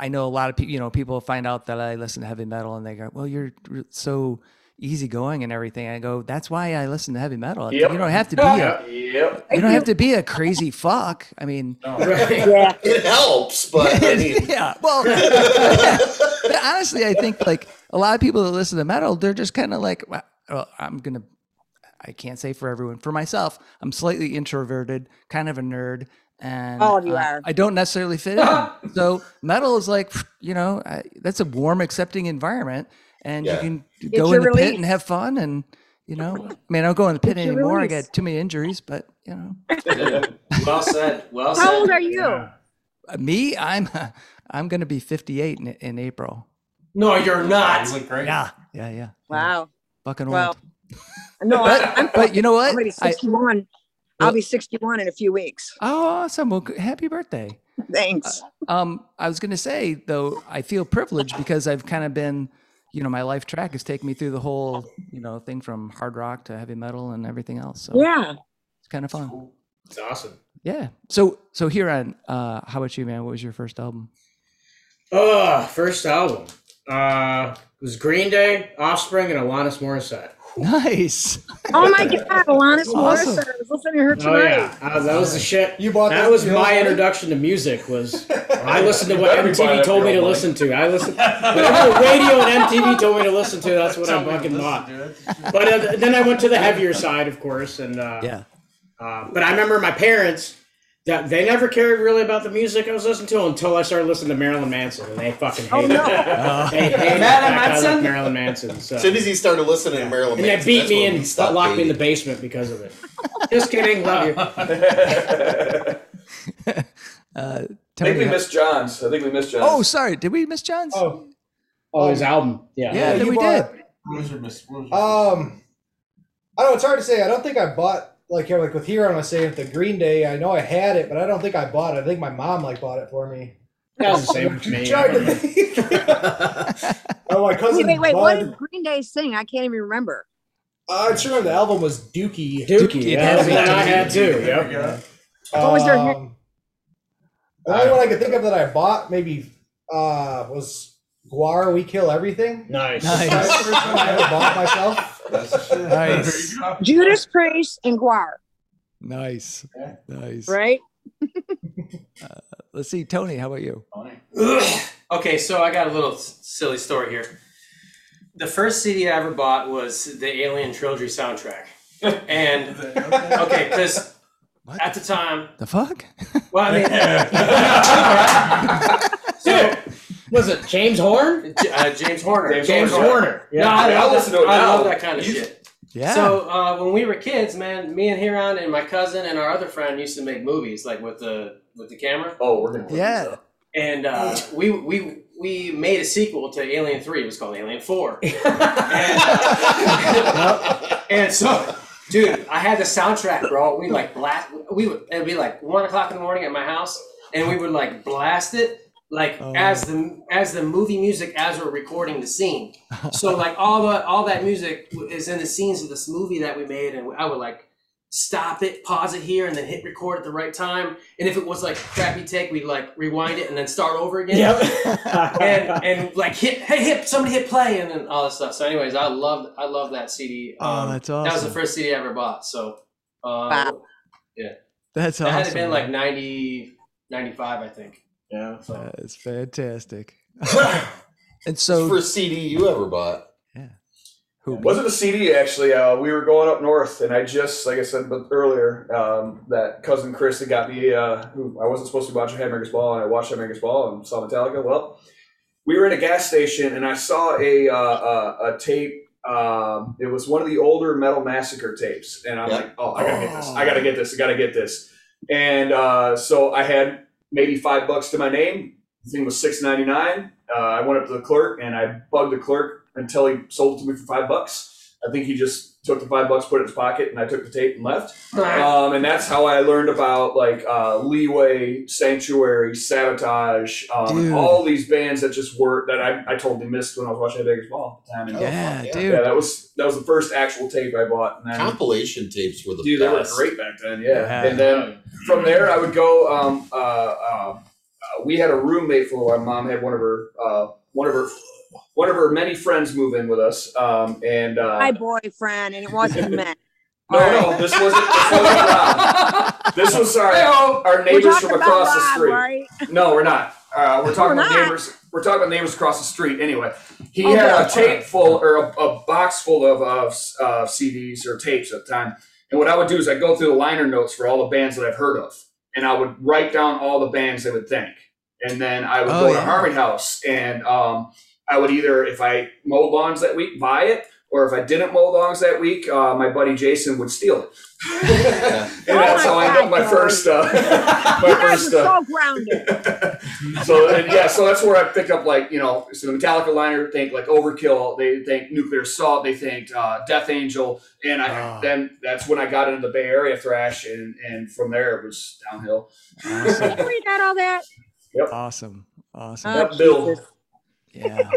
Speaker 1: I know a lot of people. You know, people find out that I listen to heavy metal and they go, "Well, you're r- so easygoing and everything." I go, "That's why I listen to heavy metal.
Speaker 3: Yep.
Speaker 1: You don't have to be a
Speaker 3: Yep.
Speaker 1: you don't have to be a crazy fuck. I mean,
Speaker 11: Yeah.
Speaker 5: It helps, but I mean,
Speaker 1: yeah. Well, but honestly, I think like a lot of people that listen to metal, they're just kind of like, "Well, well, I'm gonna. I can't say for everyone. For myself, I'm slightly introverted, kind of a nerd, and
Speaker 11: Oh, you
Speaker 1: uh,
Speaker 11: are.
Speaker 1: I don't necessarily fit in. so metal is like, you know, I, that's a warm, accepting environment, and
Speaker 5: Yeah.
Speaker 1: you can
Speaker 11: It's
Speaker 1: go in
Speaker 11: your
Speaker 1: the pit
Speaker 11: release.
Speaker 1: and have fun. And you know, I mean, I don't go in the pit
Speaker 11: It's your
Speaker 1: anymore. I
Speaker 11: release.
Speaker 1: got too many injuries, but you know,
Speaker 2: Well said. Well said.
Speaker 11: How old are you?
Speaker 1: Uh, me, I'm I'm gonna be 58 in, in April.
Speaker 2: No, you're not.
Speaker 4: like great.
Speaker 1: Yeah, yeah, yeah.
Speaker 11: Wow.
Speaker 1: Fucking old.
Speaker 11: Well, No, I, I'm,
Speaker 1: but, but you know
Speaker 11: I'm
Speaker 1: what?
Speaker 11: going to be
Speaker 1: I,
Speaker 11: 61. I'll be 61 in a few weeks.
Speaker 1: oh, awesome. Well, g- happy birthday.
Speaker 11: Thanks.
Speaker 1: Um, I was going to say, though, I feel privileged because I've kind of been, you know, my life track has taken me through the whole, you know, thing from hard rock to heavy metal and everything else. So
Speaker 11: yeah.
Speaker 1: it's kind of fun.
Speaker 6: It's awesome.
Speaker 1: Yeah. So, so here on, uh, how about you, man? What was your first album?
Speaker 6: Oh, first album. Uh, it was Green Day, Offspring, and Alanis Morissette.
Speaker 1: Nice.
Speaker 11: Oh my God, Alanis
Speaker 1: Awesome.
Speaker 11: Morissette. I was listening to her
Speaker 6: Oh
Speaker 11: tonight.
Speaker 6: yeah, uh, that was the shit.
Speaker 9: You bought
Speaker 6: that
Speaker 9: that
Speaker 6: was
Speaker 9: for your
Speaker 6: my
Speaker 9: own money?
Speaker 6: introduction to music. Was I listened to
Speaker 3: You
Speaker 6: what
Speaker 3: better be buying
Speaker 6: MTV
Speaker 3: that
Speaker 6: told
Speaker 3: for
Speaker 6: me to
Speaker 3: your own
Speaker 6: listen to. I listened whatever the radio and MTV told me to listen to. That's what I fucking bought. But uh, then I went to the heavier side, of course, and uh,
Speaker 1: Yeah.
Speaker 6: uh, but I remember my parents that they never cared really about the music I was listening to until I started listening to Marilyn Manson, and they fucking hated.
Speaker 11: Oh
Speaker 6: it.
Speaker 11: no.
Speaker 6: They hated the
Speaker 2: Marilyn
Speaker 6: fact I
Speaker 2: Manson?
Speaker 6: loved Marilyn Manson. So.
Speaker 5: as soon as he started listening to Marilyn
Speaker 6: And they
Speaker 5: Manson,
Speaker 6: beat
Speaker 5: that's
Speaker 6: me
Speaker 5: when we
Speaker 6: and
Speaker 5: stopped
Speaker 6: locked me in the
Speaker 5: dating.
Speaker 6: basement because of it. Just kidding. Love you.
Speaker 3: I think
Speaker 1: Tony,
Speaker 3: we
Speaker 1: how-
Speaker 3: missed John's. I think we missed John's.
Speaker 1: oh, sorry. Did we miss John's?
Speaker 9: Oh,
Speaker 6: Oh, his album. Yeah.
Speaker 1: yeah,
Speaker 9: you
Speaker 1: then we
Speaker 9: bought-
Speaker 1: did.
Speaker 9: Um, I don't. It's hard to say. I don't think I bought like here, like with Huron was saying with the Green Day. I know I had it, but I don't think I bought it. I think my mom like bought it for me.
Speaker 6: That was the same with me.
Speaker 9: Trying to think. oh, my cousin.
Speaker 11: Wait, wait, wait.
Speaker 9: Bud.
Speaker 11: What did Green Day sing? I can't even remember.
Speaker 9: Uh, I'm sure the album was Dookie.
Speaker 6: Dookie. Yeah,
Speaker 1: Yeah,
Speaker 6: that's the one I
Speaker 1: Dookie.
Speaker 6: had too. Yep.
Speaker 11: What was their hit?
Speaker 9: Um, The only one I could think of that I bought maybe uh, was Guar. We kill everything.
Speaker 6: Nice.
Speaker 9: That was
Speaker 1: Nice.
Speaker 9: the first one I ever bought myself.
Speaker 1: Nice.
Speaker 11: Judas Priest and Guar,
Speaker 1: Nice. Nice. Uh,
Speaker 11: right?
Speaker 1: Let's see. Tony, how about you?
Speaker 2: okay, so I got a little s- silly story here. The first CD I ever bought was the Alien Trilogy soundtrack, and okay, because
Speaker 1: What?
Speaker 2: at the time,
Speaker 1: The fuck?
Speaker 2: well, I mean,
Speaker 6: Was it James Horn?
Speaker 2: uh, James Horner.
Speaker 3: James James Horner. Horner.
Speaker 2: No, I,
Speaker 3: Yeah, I
Speaker 2: love,
Speaker 3: listen to
Speaker 2: that,
Speaker 3: it
Speaker 2: I
Speaker 3: now.
Speaker 2: love that kind of
Speaker 3: You-
Speaker 2: shit.
Speaker 1: Yeah.
Speaker 2: So uh, when we were kids, man, me and Huron and my cousin and our other friend used to make movies like with the with the camera.
Speaker 3: Oh, we're gonna.
Speaker 1: yeah.
Speaker 2: and uh, we we we made a sequel to Alien Three. It was called Alien Four. and, and so, dude, I had the soundtrack, bro. We like blast. We would it'd be like one o'clock in the morning at my house, and we would like blast it like
Speaker 1: Oh.
Speaker 2: as the as the movie music as we're recording the scene. So like all the all that music is in the scenes of this movie that we made, and I would like stop it, pause it here, and then hit record at the right time. And if it was like a crappy take, we'd like rewind it and then start over again. and and like hit hey hit somebody hit play and then all this stuff. So anyways, I love I love that CD.
Speaker 1: Oh, that's
Speaker 2: That was the
Speaker 1: awesome.
Speaker 2: first CD I ever bought. So um,
Speaker 1: Wow.
Speaker 2: yeah.
Speaker 1: That's
Speaker 2: That had to
Speaker 1: awesome,
Speaker 2: been like
Speaker 1: man.
Speaker 2: 90, 95, I think. Yeah.
Speaker 1: That is fantastic. and so
Speaker 5: first CD you ever bought.
Speaker 3: Was it a CD actually? Uh, we were going up north, and I just, like I said but earlier, um, that cousin Chris that got me, uh, who I wasn't supposed to watch Headmaker's Ball, and I watched Headmaker's Ball and saw Metallica. Well, we were in a gas station, and I saw a uh, uh, a tape. Um, it was one of the older Metal Massacre tapes, and I'm
Speaker 5: Yeah.
Speaker 3: like, oh, I gotta get this, I gotta get this, I gotta get this. And uh, so I had maybe five bucks to my name. The thing was six ninety nine. Uh, I went up to the clerk and I bugged the clerk until he sold it to me for five bucks. I think he just took the five bucks, put it in his pocket, and I took the tape and left. Um, and that's how I learned about like uh, Leeway, Sanctuary, Sabotage, um,
Speaker 1: Dude.
Speaker 3: and all these bands that just were that I, I totally missed when I was watching Vegas Ball at the time. And
Speaker 1: Yeah,
Speaker 3: yeah,
Speaker 1: dude.
Speaker 3: that was that was the first actual tape I bought. And then,
Speaker 5: Compilation tapes were the
Speaker 3: Dude, they were
Speaker 5: best.
Speaker 3: great back then. Yeah.
Speaker 5: Yeah.
Speaker 3: And then from there, I would go. Um, uh, uh, uh, we had a roommate for a while. Mom had one of her uh, one of her one of her many friends move in with us. Um, and uh,
Speaker 11: my boyfriend, and it wasn't men.
Speaker 3: no, no, this wasn't. This, wasn't Rob. this was our our neighbors from across the street. No, we're not. Uh, we're talking
Speaker 11: We're
Speaker 3: about
Speaker 11: not.
Speaker 3: neighbors. We're talking about neighbors across the street. Anyway, he
Speaker 11: Oh,
Speaker 3: had
Speaker 11: God.
Speaker 3: a tape full or a, a box full of of, uh, CDs or tapes at the time. And what I would do is I'd go through the liner notes for all the bands that I've heard of, and I would write down all the bands I would think. And then I would
Speaker 12: Oh,
Speaker 3: go
Speaker 12: yeah.
Speaker 3: to Harmon House, and um, I would either, if I mowed lawns that week, buy it, or if I didn't mow lawns that week, uh, my buddy Jason would steal it. and that's
Speaker 11: Oh,
Speaker 3: how I got my first uh, my first uh,
Speaker 11: So grounded.
Speaker 3: so and yeah, so that's where I picked up like you know, so the Metallica liner think like Overkill, they think Nuclear Assault, they think uh, Death Angel, and I then that's when I got into the Bay Area thrash, and and from there it was downhill.
Speaker 11: Did we got all that?
Speaker 3: Yep.
Speaker 1: Awesome. Awesome.
Speaker 11: Ah,
Speaker 3: That Bill,
Speaker 1: Yeah.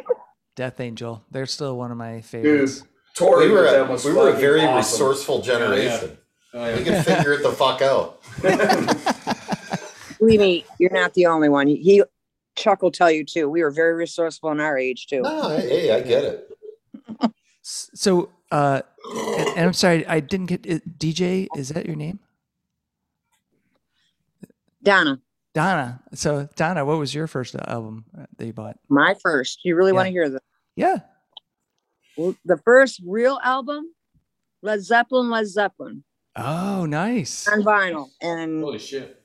Speaker 1: Death Angel. They're still one of my
Speaker 5: Dude,
Speaker 1: favorites.
Speaker 5: Tori we were, a, we were a very resourceful generation.
Speaker 11: Oh, yeah.
Speaker 5: We could figure it the fuck out.
Speaker 11: Believe me, you're not the only one. He Chuck will tell you too. We were very resourceful in our age too.
Speaker 5: No, hey, I get it.
Speaker 1: So, uh, and, and I'm sorry, I didn't get it. DJ, is that your name?
Speaker 11: Donna,
Speaker 1: Donna. So, Donna, what was your first album that you bought?
Speaker 11: my first. You really want to
Speaker 1: Yeah.
Speaker 11: hear this?
Speaker 1: Yeah.
Speaker 11: Well, the first real album, Led Zeppelin, Led Zeppelin
Speaker 1: Oh, nice.
Speaker 11: on vinyl, and
Speaker 2: Holy shit.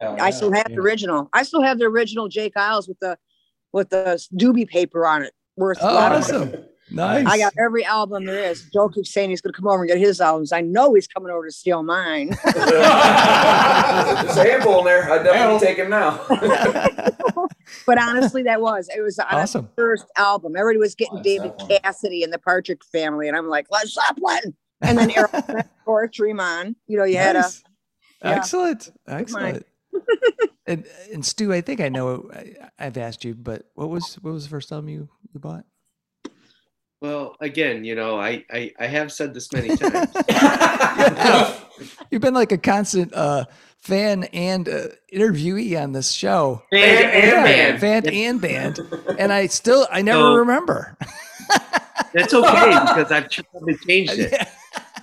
Speaker 11: I still have the original. I still have the original Jake Isles with the with the doobie paper on it. Worth a
Speaker 1: Oh,
Speaker 11: lot of money.
Speaker 1: awesome. Nice.
Speaker 11: I got every album there is. Joe keeps saying he's going to come over and get his albums. I know he's coming over to steal mine.
Speaker 3: there's a handful in there. I definitely take him now.
Speaker 11: but honestly, that was it was the
Speaker 3: Awesome.
Speaker 11: first album. Everybody was getting David Cassidy and the Partridge Family, and I'm like, let's up one. And then Aerosmith or Tremont. You know, you had a
Speaker 1: Nice. Excellent. Excellent. and, and Stu, I think I know I, I've asked you, but what was what was the first album you, you bought?
Speaker 7: Well, again, you know, I, I, I have said this many times.
Speaker 1: You've been like a constant uh, fan and uh, interviewee on this show.
Speaker 7: Fan and band.
Speaker 1: Fan and band. And I still, I never
Speaker 7: So-
Speaker 1: remember.
Speaker 7: That's okay because I've tried to change it.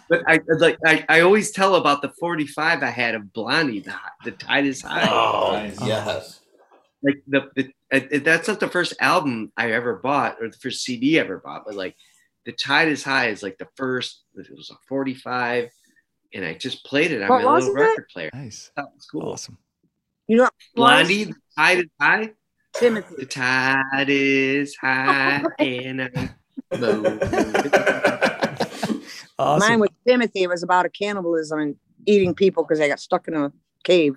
Speaker 7: But I I'd like I, I always tell about the 45 I had of Blondie, the, hot- the tide is high.
Speaker 5: Oh, yes.
Speaker 7: Like the, the I- I- that's not the first album I ever bought or the first CD I ever bought, but like the tide is high is like the first. It was a 45, and I just played it on
Speaker 11: What
Speaker 7: my
Speaker 11: was
Speaker 7: little
Speaker 11: it?
Speaker 7: record player.
Speaker 1: Nice,
Speaker 7: that was cool.
Speaker 1: Awesome.
Speaker 11: you know,
Speaker 7: Blondie, the tide is high.
Speaker 11: Timothy.
Speaker 7: The tide is high, and I'm low.
Speaker 11: Mine was Timothy. It was about a cannibalism and eating people because I got stuck in a cave.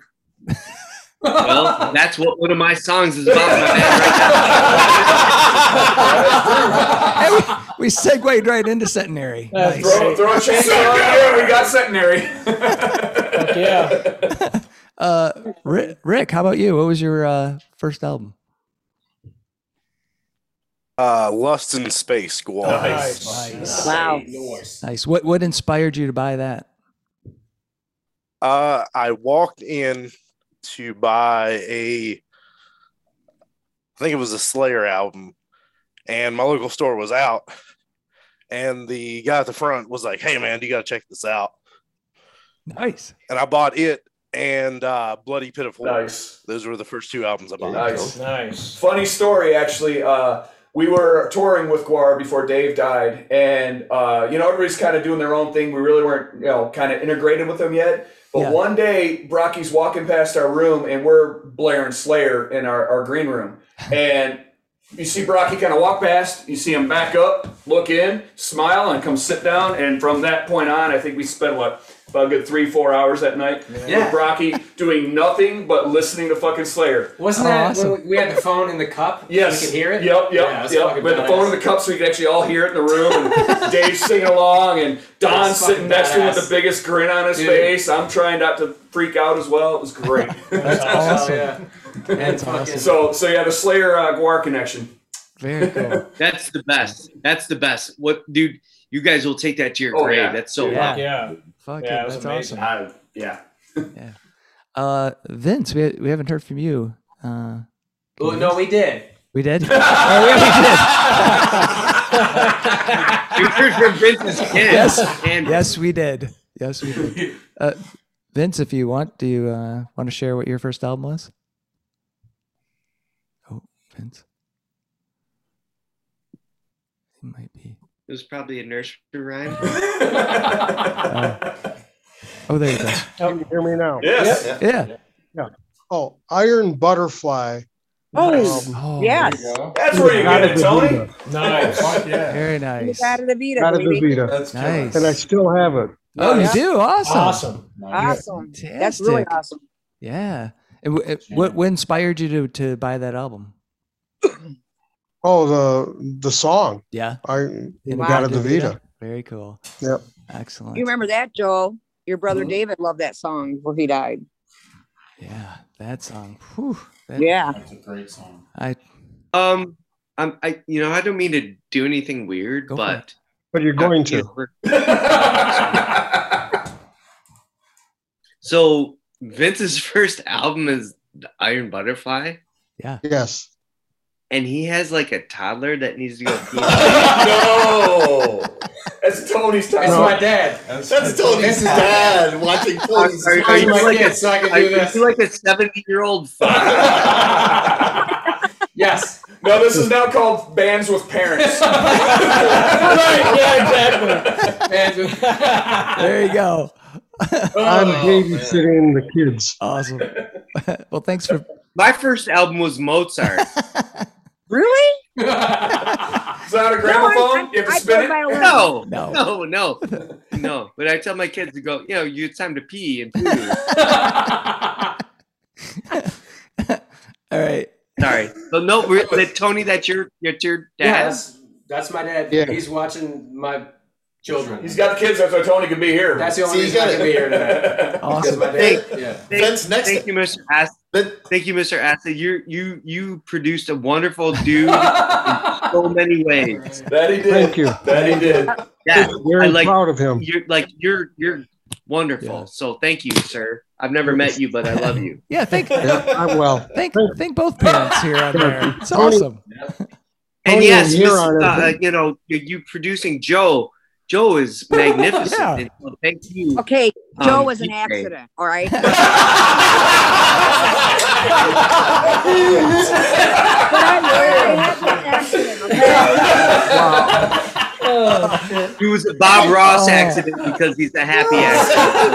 Speaker 7: Well, that's what one of my songs is about. my man.
Speaker 1: We segued right into centenary. Nice.
Speaker 3: Throw, throw a chain on there. We got centenary.
Speaker 6: yeah.
Speaker 1: Uh, Rick, Rick, how about you? What was your uh, first album?
Speaker 8: Uh, Lust in Space, Squall.
Speaker 1: Nice. Nice. Wow. Nice. What what inspired you to buy that?
Speaker 8: Uh, I walked in to buy a, I think it was a Slayer album, and my local store was out, and the guy at the front was like, "Hey man, you got to check this out."
Speaker 1: Nice.
Speaker 8: And I bought it and uh, Bloody Pitiful.
Speaker 3: Nice.
Speaker 8: Those were the first two albums I bought.
Speaker 3: Nice.
Speaker 6: Nice.
Speaker 3: Funny story, actually. Uh, we were touring with Guar before Dave died, and uh, you know everybody's kind of doing their own thing. We really weren't, you know, kind of integrated with them yet. But
Speaker 1: Yeah.
Speaker 3: one day, Brocky's walking past our room, and we're blaring Slayer in our, our green room, and you see Brocky kind of walk past. You see him back up, look in, smile, and come sit down. And from that point on, I think we spent what about a good three, four hours that night
Speaker 2: Yeah.
Speaker 3: with Brocky doing nothing but listening to fucking Slayer.
Speaker 2: Wasn't that when we- we had the phone in the cup?
Speaker 3: Yes.
Speaker 2: So we could hear it?
Speaker 3: Yep, yep,
Speaker 2: Yeah, that's
Speaker 3: yep.
Speaker 2: fucking
Speaker 3: With the
Speaker 2: badass.
Speaker 3: phone in the cup so we could actually all hear it in the room and Dave singing along and Don
Speaker 2: That's
Speaker 3: sitting
Speaker 2: fucking
Speaker 3: next to him with
Speaker 2: badass.
Speaker 3: the biggest grin on his
Speaker 2: Dude.
Speaker 3: face. I'm trying not to freak out as well. It was great. That's
Speaker 1: awesome.
Speaker 2: That's
Speaker 1: awesome.
Speaker 3: So so yeah, the Slayer uh, Guar connection.
Speaker 1: Very cool.
Speaker 7: That's the best. That's the best. What, dude? You guys will take that to your
Speaker 3: Oh,
Speaker 7: grave.
Speaker 3: yeah.
Speaker 7: That's so
Speaker 1: Yeah.
Speaker 7: wild.
Speaker 6: Yeah.
Speaker 1: Fuck
Speaker 6: Yeah,
Speaker 1: it,
Speaker 6: it was
Speaker 1: that's
Speaker 6: amazing.
Speaker 1: awesome.
Speaker 3: I- yeah.
Speaker 1: Uh, Vince, we we haven't heard from you. Uh,
Speaker 2: Oh, no, we did.
Speaker 1: we did. Oh, yeah, we did.
Speaker 7: You heard from Vince's kid.
Speaker 1: Yes.
Speaker 7: And
Speaker 1: Yes, we did. Yes, we did. Uh, Vince, if you want, do you uh, want to share what your first album was? Oh, Vince. It might be.
Speaker 7: it was probably a nursery rhyme.
Speaker 1: Oh, there it goes.
Speaker 10: Can you hear me now?
Speaker 3: Yes.
Speaker 1: Yeah.
Speaker 10: Oh, Iron Butterfly.
Speaker 11: Oh, yes.
Speaker 3: That's where you get it, Tony.
Speaker 6: Nice. Fuck yeah.
Speaker 1: Very nice.
Speaker 11: Out of the Vita,
Speaker 10: Out of the
Speaker 11: baby.
Speaker 10: Vita.
Speaker 3: That's
Speaker 1: Nice.
Speaker 10: And I still have it.
Speaker 1: Oh, you do? Awesome.
Speaker 6: Awesome.
Speaker 11: Awesome. That's really
Speaker 1: Fantastic.
Speaker 11: awesome.
Speaker 1: Yeah. And w- it- what what inspired you to to buy that album?
Speaker 10: Oh, the the song.
Speaker 1: Yeah.
Speaker 10: I
Speaker 11: Wow.
Speaker 10: got it the Vita.
Speaker 1: Very cool.
Speaker 10: Yep.
Speaker 1: Excellent.
Speaker 11: You remember that, Joel? Your brother
Speaker 1: Mm-hmm.
Speaker 11: David loved that song before he died.
Speaker 1: Yeah, that song. Whew, that-
Speaker 11: Yeah.
Speaker 4: That's a great song.
Speaker 1: I
Speaker 7: Um, I'm, I, you know, I don't mean to do anything weird,
Speaker 1: Go for
Speaker 7: but
Speaker 10: But you're going to.
Speaker 7: So Vince's first album is The Iron Butterfly,
Speaker 1: yeah.
Speaker 10: Yes.
Speaker 7: and he has like a toddler that needs to go pee.
Speaker 3: no. That's Tony's time.
Speaker 2: That's my dad.
Speaker 5: That's Tony's dad watching Tony
Speaker 7: Are, are
Speaker 5: Space.
Speaker 7: you like a,
Speaker 2: so I can
Speaker 7: are
Speaker 2: do
Speaker 7: you
Speaker 2: this.
Speaker 7: like a seventy-year-old father?
Speaker 2: Yes.
Speaker 3: No, this is now called Bands with Parents.
Speaker 6: right. Yeah. Exactly.
Speaker 1: There you go.
Speaker 10: I'm babysitting the kids.
Speaker 1: Awesome. well, thanks for
Speaker 7: My first album was Mozart.
Speaker 11: Really?
Speaker 3: Is that on a
Speaker 11: I,
Speaker 3: gramophone? You have to
Speaker 11: I
Speaker 3: spin
Speaker 11: played
Speaker 3: it?
Speaker 11: violin.
Speaker 7: No,
Speaker 1: No.
Speaker 7: no, no, no. But I tell my kids to go. You know, you it's time to pee and poo.
Speaker 1: All right.
Speaker 7: Sorry. So no, we're- that Tony, that's your, that's your
Speaker 2: Yeah,
Speaker 7: dad.
Speaker 2: that's, that's my dad.
Speaker 10: Yeah.
Speaker 2: He's watching my children.
Speaker 3: He's got the kids, that's why Tony could be here.
Speaker 2: That's the only
Speaker 5: See,
Speaker 2: reason I
Speaker 5: he's
Speaker 2: can
Speaker 5: got
Speaker 2: be here tonight. Because
Speaker 1: Awesome.
Speaker 2: my dad. Yeah.
Speaker 5: Vince, next-
Speaker 7: Thank you, Mr. Ass.
Speaker 5: Vin-
Speaker 7: Thank you, Mr. Astley. You you you produced a wonderful dude in so many ways.
Speaker 3: that he did.
Speaker 10: Thank you.
Speaker 3: That he did.
Speaker 7: Yeah,
Speaker 10: Very
Speaker 7: I like
Speaker 10: proud of him.
Speaker 7: you're like you're you're wonderful.
Speaker 1: Yeah.
Speaker 7: So thank you, sir. I've never met you, but I love you.
Speaker 1: Yeah, thank
Speaker 10: Yeah, I will.
Speaker 1: thank thank both parents here on there. It's
Speaker 10: Tony-
Speaker 1: awesome.
Speaker 7: And
Speaker 10: Tony,
Speaker 7: yes,
Speaker 10: you're
Speaker 7: Miss-
Speaker 10: on it.
Speaker 7: uh, you know you, you producing Joe. Joe is magnificent.
Speaker 1: Yeah.
Speaker 7: And so thank you.
Speaker 11: Okay, Joe
Speaker 7: Um,
Speaker 11: was an
Speaker 7: DJ.
Speaker 11: accident. All right. but I, I had an accident. Okay?
Speaker 7: He was a Bob Ross accident because he's a happy accident.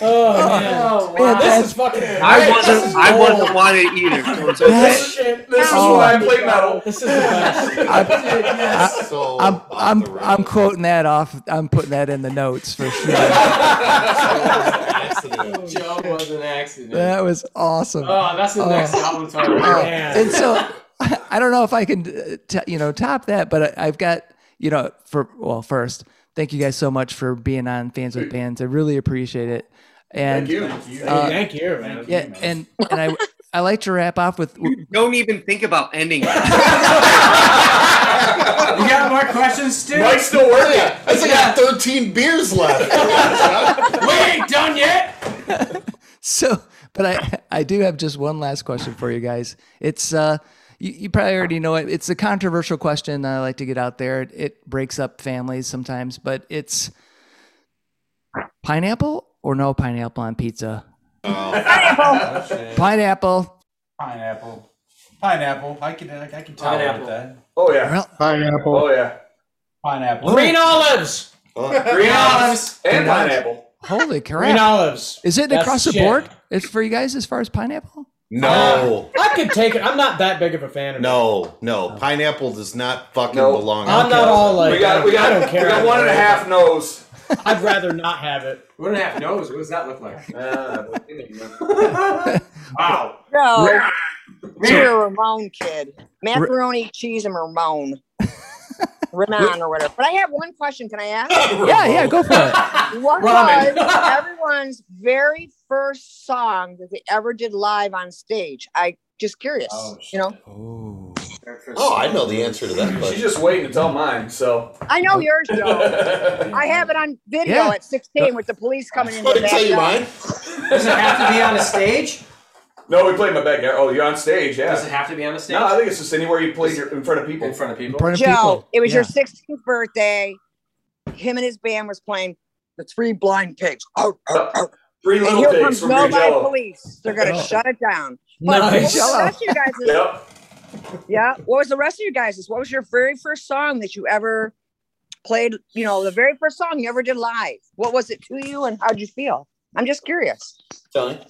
Speaker 6: Oh, man.
Speaker 1: Man,
Speaker 6: This
Speaker 1: that's-
Speaker 6: is fucking.
Speaker 7: I wasn't. I wasn't wanted either. So it's okay.
Speaker 1: That's-
Speaker 3: This
Speaker 1: Oh.
Speaker 3: is why I play metal.
Speaker 6: This is the best.
Speaker 1: I- I'm I'm I'm quoting that off. I'm putting that in the notes for sure.
Speaker 2: Joe was an accident.
Speaker 1: that was awesome.
Speaker 2: oh, that's the
Speaker 1: Oh.
Speaker 2: next album title.
Speaker 1: Oh,
Speaker 2: Yeah.
Speaker 1: and so I don't know if I can, uh, t- you know, top that, but I, I've got, you know, for well, first, thank you guys so much for being on Fans with Bands. I really appreciate it. And
Speaker 3: Thank you.
Speaker 1: Uh,
Speaker 6: Thank you, man.
Speaker 1: yeah, and and I I like to wrap off with
Speaker 7: Don't even think about ending. it.
Speaker 2: You got more questions, Stu?
Speaker 3: Mike's still working.
Speaker 5: Yeah, I still got 13 beers left.
Speaker 2: We ain't done yet.
Speaker 1: so, but I I do have just one last question for you guys. It's uh. You, you probably already know it. It's a controversial question that I like to get out there. It, it breaks up families sometimes, but it's pineapple or no pineapple on pizza? Pineapple.
Speaker 4: Pineapple. Pineapple. I can. I, I can tolerate
Speaker 2: Pineapple.
Speaker 4: that.
Speaker 3: Oh yeah.
Speaker 1: Well,
Speaker 10: Pineapple.
Speaker 3: Oh yeah.
Speaker 4: Pineapple.
Speaker 6: Green olives.
Speaker 3: Green olives and
Speaker 1: Green olives.
Speaker 3: pineapple.
Speaker 1: holy
Speaker 6: Green
Speaker 1: crap!
Speaker 6: olives.
Speaker 1: Is it
Speaker 6: That's
Speaker 1: across the
Speaker 6: shit.
Speaker 1: board? It's for you guys as far as pineapple.
Speaker 5: no,
Speaker 6: Ah, I could take it. I'm not that big of a fan of it.
Speaker 5: no, no. Pineapple does not fucking
Speaker 3: No.
Speaker 5: belong.
Speaker 6: I'm not all like.
Speaker 3: We got we
Speaker 6: I
Speaker 3: got
Speaker 6: don't care.
Speaker 3: we got one and a half nose.
Speaker 6: I'd rather not have it.
Speaker 2: We don't have nose. What does that look like?
Speaker 3: Uh, Wow.
Speaker 11: No, you're a Ramon kid. Macaroni, cheese, and Ramon. Ramon or whatever. But I have one question. Can I ask?
Speaker 1: Yeah, yeah, go for it.
Speaker 11: What
Speaker 3: Ramen.
Speaker 11: was everyone's very first song that they ever did live on stage? I just curious. you know,
Speaker 1: Oh,
Speaker 5: Oh, I know the answer to that
Speaker 3: She's
Speaker 5: question.
Speaker 3: just waiting to tell mine. So.
Speaker 11: I know yours. Joe. I have it on video
Speaker 1: Yeah.
Speaker 11: at 16 with the police coming in.
Speaker 5: I
Speaker 11: the
Speaker 5: can tell you
Speaker 11: backyard.
Speaker 5: mine.
Speaker 2: Does it have to be on a stage?
Speaker 3: no, we played in my backyard. Oh, you're on stage.
Speaker 2: Does it
Speaker 3: Yeah.
Speaker 2: have to be on a stage?
Speaker 3: No, I think it's just anywhere you play in front of people.
Speaker 2: in front of
Speaker 1: in
Speaker 2: people.
Speaker 1: front of
Speaker 11: Joe,
Speaker 1: people.
Speaker 11: it was
Speaker 1: Yeah.
Speaker 11: your 16th birthday. Him and his band was playing the Three Blind Pigs. Oh, Arr, arr, arr.
Speaker 3: Three
Speaker 11: And
Speaker 3: little
Speaker 11: here
Speaker 3: pigs
Speaker 11: comes
Speaker 3: from
Speaker 11: Novi
Speaker 3: Green
Speaker 11: Police. They're gonna
Speaker 1: Oh.
Speaker 11: shut it down. But what was
Speaker 6: Nice.
Speaker 11: the rest of you guys?
Speaker 3: Yep.
Speaker 11: Yeah. What was the rest of you guys? What was your very first song that you ever played? You know, the very first song you ever did live. What was it to you, and how'd you feel? I'm just curious.
Speaker 5: Tony.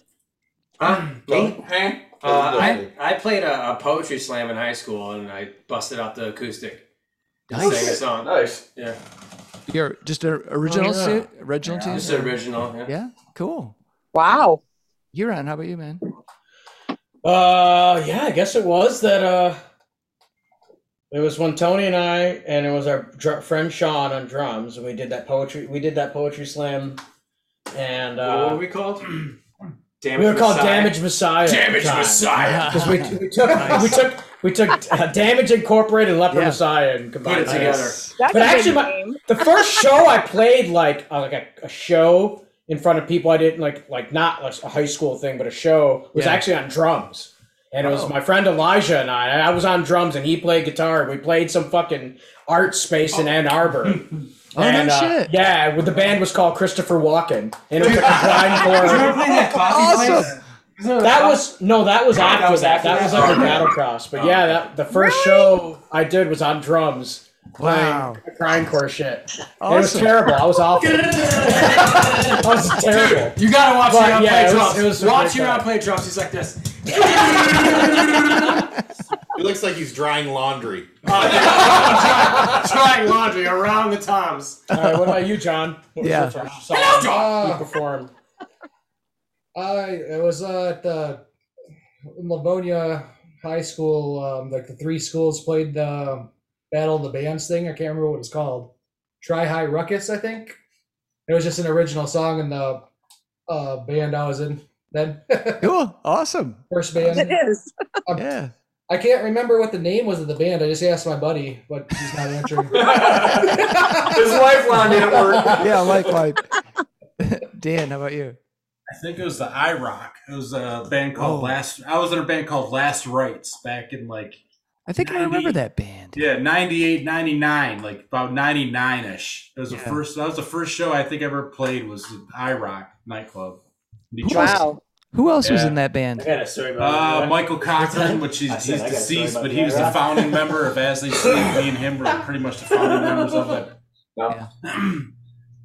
Speaker 2: Huh? Me?
Speaker 3: Hey.
Speaker 2: Uh, I, I played a, a poetry slam in high school and I busted out the acoustic. and
Speaker 1: Nice.
Speaker 2: Sang a song.
Speaker 3: Nice.
Speaker 2: Yeah.
Speaker 1: Your just a original suit, original tune.
Speaker 2: Just original. Yeah.
Speaker 1: Oh, Yeah, cool.
Speaker 11: Wow.
Speaker 1: Huron, how about you, man?
Speaker 6: Uh, yeah, I guess it was that. Uh, it was when Tony and I, and it was our dr- friend Sean on drums, and we did that poetry. We did that poetry slam, and
Speaker 2: what were
Speaker 6: uh,
Speaker 2: we called?
Speaker 6: we,
Speaker 2: Damage
Speaker 6: were called
Speaker 2: Messiah.
Speaker 6: Damage Messiah.
Speaker 2: Damage Messiah.
Speaker 6: because we, we took we took we took uh, Damage Incorporated and Leper
Speaker 1: Yeah.
Speaker 6: Messiah and
Speaker 2: Put
Speaker 6: combined
Speaker 2: it together.
Speaker 11: That's
Speaker 6: But
Speaker 11: a
Speaker 6: actually,
Speaker 11: big
Speaker 6: my-
Speaker 11: name.
Speaker 6: the first show I played like uh, like a, a show in front of people I didn't like like not like a high school thing but a show was
Speaker 1: Yeah.
Speaker 6: actually on drums and it
Speaker 1: Oh.
Speaker 6: was my friend Elijah and I and I was on drums and he played guitar and we played some fucking art space in Ann Arbor and
Speaker 1: Oh, no
Speaker 6: uh,
Speaker 1: shit.
Speaker 6: yeah with the band was called Christopher Walken and it was like a blind horror
Speaker 2: that
Speaker 1: Awesome.
Speaker 6: that was no that was after that was that,
Speaker 2: after
Speaker 6: was
Speaker 2: that?
Speaker 6: under Battlecross but yeah that the first show I did was on drums playing
Speaker 1: Wow.
Speaker 6: grindcore shit. And It was
Speaker 1: Awesome.
Speaker 6: terrible. I was awful. I was terrible.
Speaker 2: You gotta watch
Speaker 6: But,
Speaker 2: Huron
Speaker 6: yeah,
Speaker 2: play
Speaker 6: it was-
Speaker 2: drums.
Speaker 6: it was a
Speaker 2: watch
Speaker 6: great
Speaker 2: Huron
Speaker 6: time.
Speaker 2: play drums. He's like this.
Speaker 5: It looks like he's drying laundry.
Speaker 2: Trying laundry around the toms.
Speaker 6: All right, what about you, John? What was
Speaker 1: Yeah.
Speaker 6: your first song Hello,
Speaker 9: John!
Speaker 6: You performed.
Speaker 9: I it was uh, at the in Livonia High School. Um, like the three schools played the Battle of the Bands thing. I can't remember what it's called. Try High Ruckus, I think. It was just an original song in the uh, band I was in then.
Speaker 1: Cool. Awesome.
Speaker 9: First
Speaker 11: It
Speaker 9: band. Um,
Speaker 11: is.
Speaker 1: Yeah.
Speaker 9: I can't remember what the name was of the band. I just asked my buddy, but he's not answering.
Speaker 3: His lifeline didn't work.
Speaker 1: Yeah, likewise. Dan, how about you?
Speaker 4: I think it was the I Rock. It was a band
Speaker 1: Oh.
Speaker 4: called Last. I was in a band called Last Rites back in like
Speaker 1: I think I remember
Speaker 4: Ninety.
Speaker 1: that band.
Speaker 4: yeah 98, 99, like about ninety nine ish. That was
Speaker 1: Yeah.
Speaker 4: the first. That was the first show I think I ever played was the I Rock nightclub. in Detroit.
Speaker 11: Wow.
Speaker 1: Who else was
Speaker 4: Yeah.
Speaker 1: in that band?
Speaker 2: got a story
Speaker 4: Uh, Michael Cochran, which he's,
Speaker 2: I said
Speaker 4: he's
Speaker 2: I got a story
Speaker 4: deceased,
Speaker 2: about
Speaker 4: but
Speaker 2: the
Speaker 4: he was the
Speaker 2: Iraq.
Speaker 4: founding member of As They Sleep. Me and him were pretty much the founding members of it.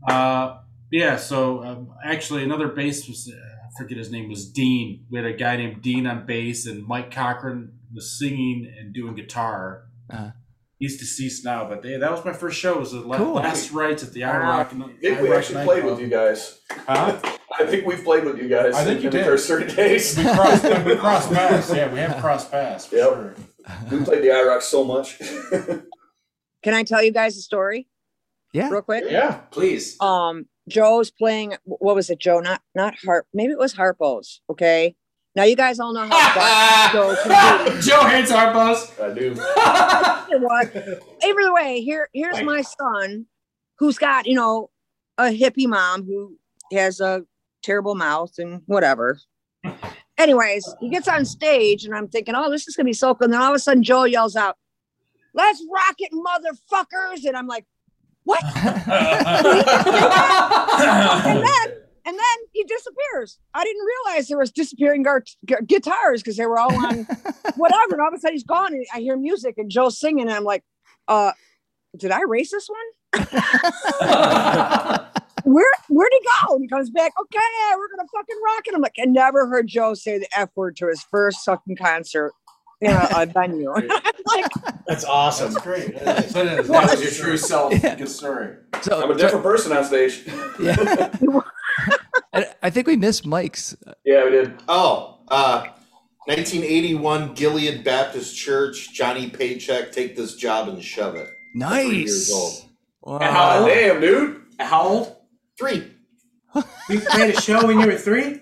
Speaker 4: Uh, yeah, so um, actually, another bass was, uh, I forget his name, was Dean. We had a guy named Dean on bass, and Mike Cochran was singing and doing guitar.
Speaker 1: Uh-huh.
Speaker 4: He's deceased now, but they, that was my first show. It was the la-
Speaker 1: Cool.
Speaker 4: last rites at the Iron
Speaker 11: Wow.
Speaker 4: Rock.
Speaker 3: I think we actually played with you guys.
Speaker 4: Huh?
Speaker 3: I think we've played with you guys.
Speaker 4: I think you
Speaker 3: in the
Speaker 4: did.
Speaker 3: first three days.
Speaker 4: We crossed, we crossed paths. Yeah, we have crossed paths. for
Speaker 3: Yep.
Speaker 4: sure.
Speaker 3: we played the IROC so much.
Speaker 11: Can I tell you guys a story
Speaker 1: Yeah.
Speaker 11: real quick?
Speaker 3: yeah.
Speaker 2: Please.
Speaker 11: um joe's playing what was it joe not not harp maybe it was harpos okay now you guys all know how dark joe can be.
Speaker 2: Joe hates Harpos.
Speaker 3: I do.
Speaker 11: It was- either way here here's my son who's got you know a hippie mom who has a terrible mouth and whatever anyways he gets on stage and i'm thinking oh this is gonna be so cool and then all of a sudden joe yells out let's rock it motherfuckers and i'm like what and then and then he disappears. I didn't realize there was disappearing gar- gu- guitars because they were all on whatever. And all of a sudden he's gone, and I hear music and Joe's singing, and I'm like, uh, did I erase this one? Where where'd he go? And he comes back. Okay, we're gonna fucking rock it. I'm like, I never heard Joe say the f word to his first fucking concert in a, a venue. I'm like,
Speaker 6: That's awesome.
Speaker 4: Great. That is, that is
Speaker 11: What?
Speaker 4: your true self.
Speaker 1: Yeah.
Speaker 4: Good story.
Speaker 1: So
Speaker 3: I'm a different person on stage.
Speaker 1: yeah. I- I think we missed Mike's.
Speaker 3: Yeah, we did.
Speaker 5: Oh, uh, 1981 Gilead Baptist Church, Johnny Paycheck, take this job and shove it.
Speaker 1: Nice.
Speaker 5: Three years old.
Speaker 1: Wow.
Speaker 3: Ah, damn, dude.
Speaker 2: How old?
Speaker 5: Three.
Speaker 2: We played a show when you were three.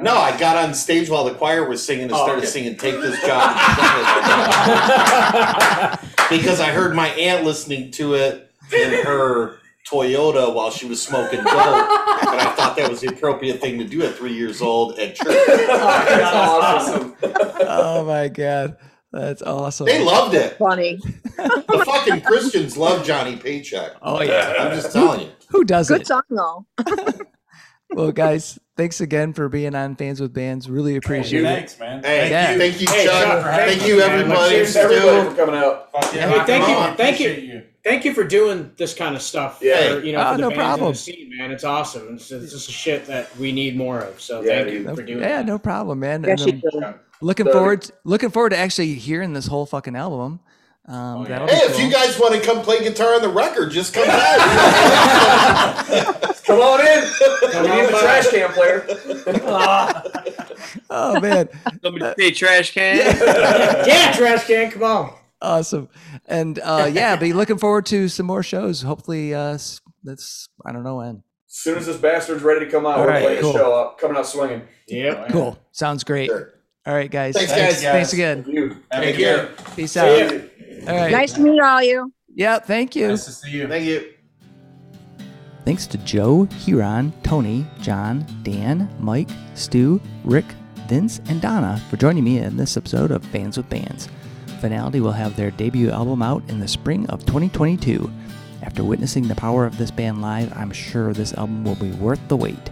Speaker 5: No, I got on stage while the choir was singing and
Speaker 2: Oh,
Speaker 5: started
Speaker 2: okay.
Speaker 5: singing Take This Job and Shove It. because I heard my aunt listening to it in her Toyota while she was smoking dope. and I thought that was the appropriate thing to do at three years old at church.
Speaker 3: That's awesome.
Speaker 1: Oh my god, that's awesome.
Speaker 5: They loved it.
Speaker 11: funny.
Speaker 5: The fucking Christians love Johnny Paycheck.
Speaker 1: oh yeah.
Speaker 5: I'm just telling you.
Speaker 1: Who doesn't?
Speaker 11: Good song though.
Speaker 1: Well, guys, thanks again for being on Fans with Bands. Really appreciate it.
Speaker 4: Thanks, man.
Speaker 5: Hey,
Speaker 1: Yeah.
Speaker 5: thank you,
Speaker 6: Hey,
Speaker 5: Chuck.
Speaker 6: Chuck, for having
Speaker 5: thank
Speaker 6: us,
Speaker 5: you,
Speaker 6: man.
Speaker 5: everybody.
Speaker 3: Cheers to everybody
Speaker 5: Stu.
Speaker 3: for coming out.
Speaker 4: Fuck yeah,
Speaker 1: Hey,
Speaker 4: rock
Speaker 6: thank
Speaker 4: and
Speaker 6: you-
Speaker 4: roll.
Speaker 6: thank you.
Speaker 4: Appreciate you.
Speaker 6: Thank you for doing this kind of stuff.
Speaker 3: Yeah.
Speaker 6: for, you know,
Speaker 1: Oh,
Speaker 6: for the
Speaker 1: no
Speaker 6: bands in
Speaker 1: problem.
Speaker 6: The scene, man, it's awesome. It's, it's just a shit that we need more of. So
Speaker 3: Yeah,
Speaker 6: thank you
Speaker 1: No-
Speaker 6: for doing.
Speaker 1: yeah,
Speaker 6: that.
Speaker 1: no problem, man.
Speaker 11: Yes,
Speaker 1: And
Speaker 11: you
Speaker 1: I'm
Speaker 11: do.
Speaker 1: looking
Speaker 3: So-
Speaker 1: forward, looking forward to actually hearing this whole fucking album. Um,
Speaker 4: Oh, yeah.
Speaker 1: that'll be
Speaker 5: Hey, if
Speaker 1: cool.
Speaker 5: you guys want to come play guitar on the record, just come back.
Speaker 3: Come on in. We need a trash can player.
Speaker 1: oh man,
Speaker 7: Somebody say trash can.
Speaker 6: Yeah, trash can, come on.
Speaker 1: awesome, and uh, yeah, be looking forward to some more shows. Hopefully, uh, s- that's I don't know when.
Speaker 3: As soon as this bastard's ready to come out,
Speaker 1: All
Speaker 3: we're
Speaker 1: right,
Speaker 3: playing
Speaker 1: cool.
Speaker 3: a show up, coming out swinging.
Speaker 6: Yep.
Speaker 1: Cool, sounds great.
Speaker 5: Sure.
Speaker 1: All right, guys.
Speaker 5: Thanks, guys.
Speaker 1: Thanks again.
Speaker 3: You.
Speaker 4: Have a
Speaker 5: Take
Speaker 4: good
Speaker 5: care.
Speaker 1: Peace
Speaker 3: See
Speaker 1: out.
Speaker 3: ya.
Speaker 1: All right.
Speaker 11: Nice to meet all you.
Speaker 1: Yeah. Thank you.
Speaker 4: Nice to see you.
Speaker 5: Thank you.
Speaker 1: Thanks to Joe, Huron, Tony, John, Dan, Mike, Stu, Rick, Vince, and Donna for joining me in this episode of Bands with Bands. Finality will have their debut album out in the spring of 2022. After witnessing the power of this band live, I'm sure this album will be worth the wait.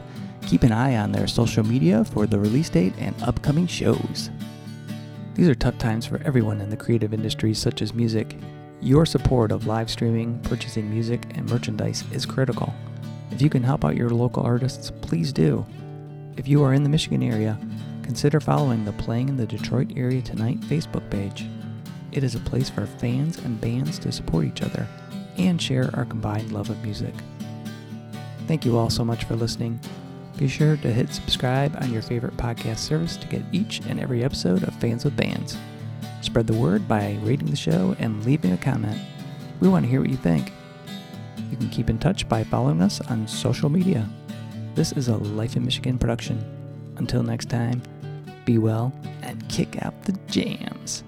Speaker 1: Keep an eye on their social media for the release date and upcoming shows. These are tough times for everyone in the creative industries such as music. Your support of live streaming, purchasing music, and merchandise is critical. If you can help out your local artists, please do. If you are in the Michigan area, consider following the Playing in the Detroit Area Tonight Facebook page. It is a place for fans and bands to support each other and share our combined love of music. Thank you all so much for listening. Be sure to hit subscribe on your favorite podcast service to get each and every episode of Fans with Bands. Spread the word by rating the show and leaving a comment. We want to hear what you think. You can keep in touch by following us on social media. This is a Life in Michigan production. Until next time, be well and kick out the jams.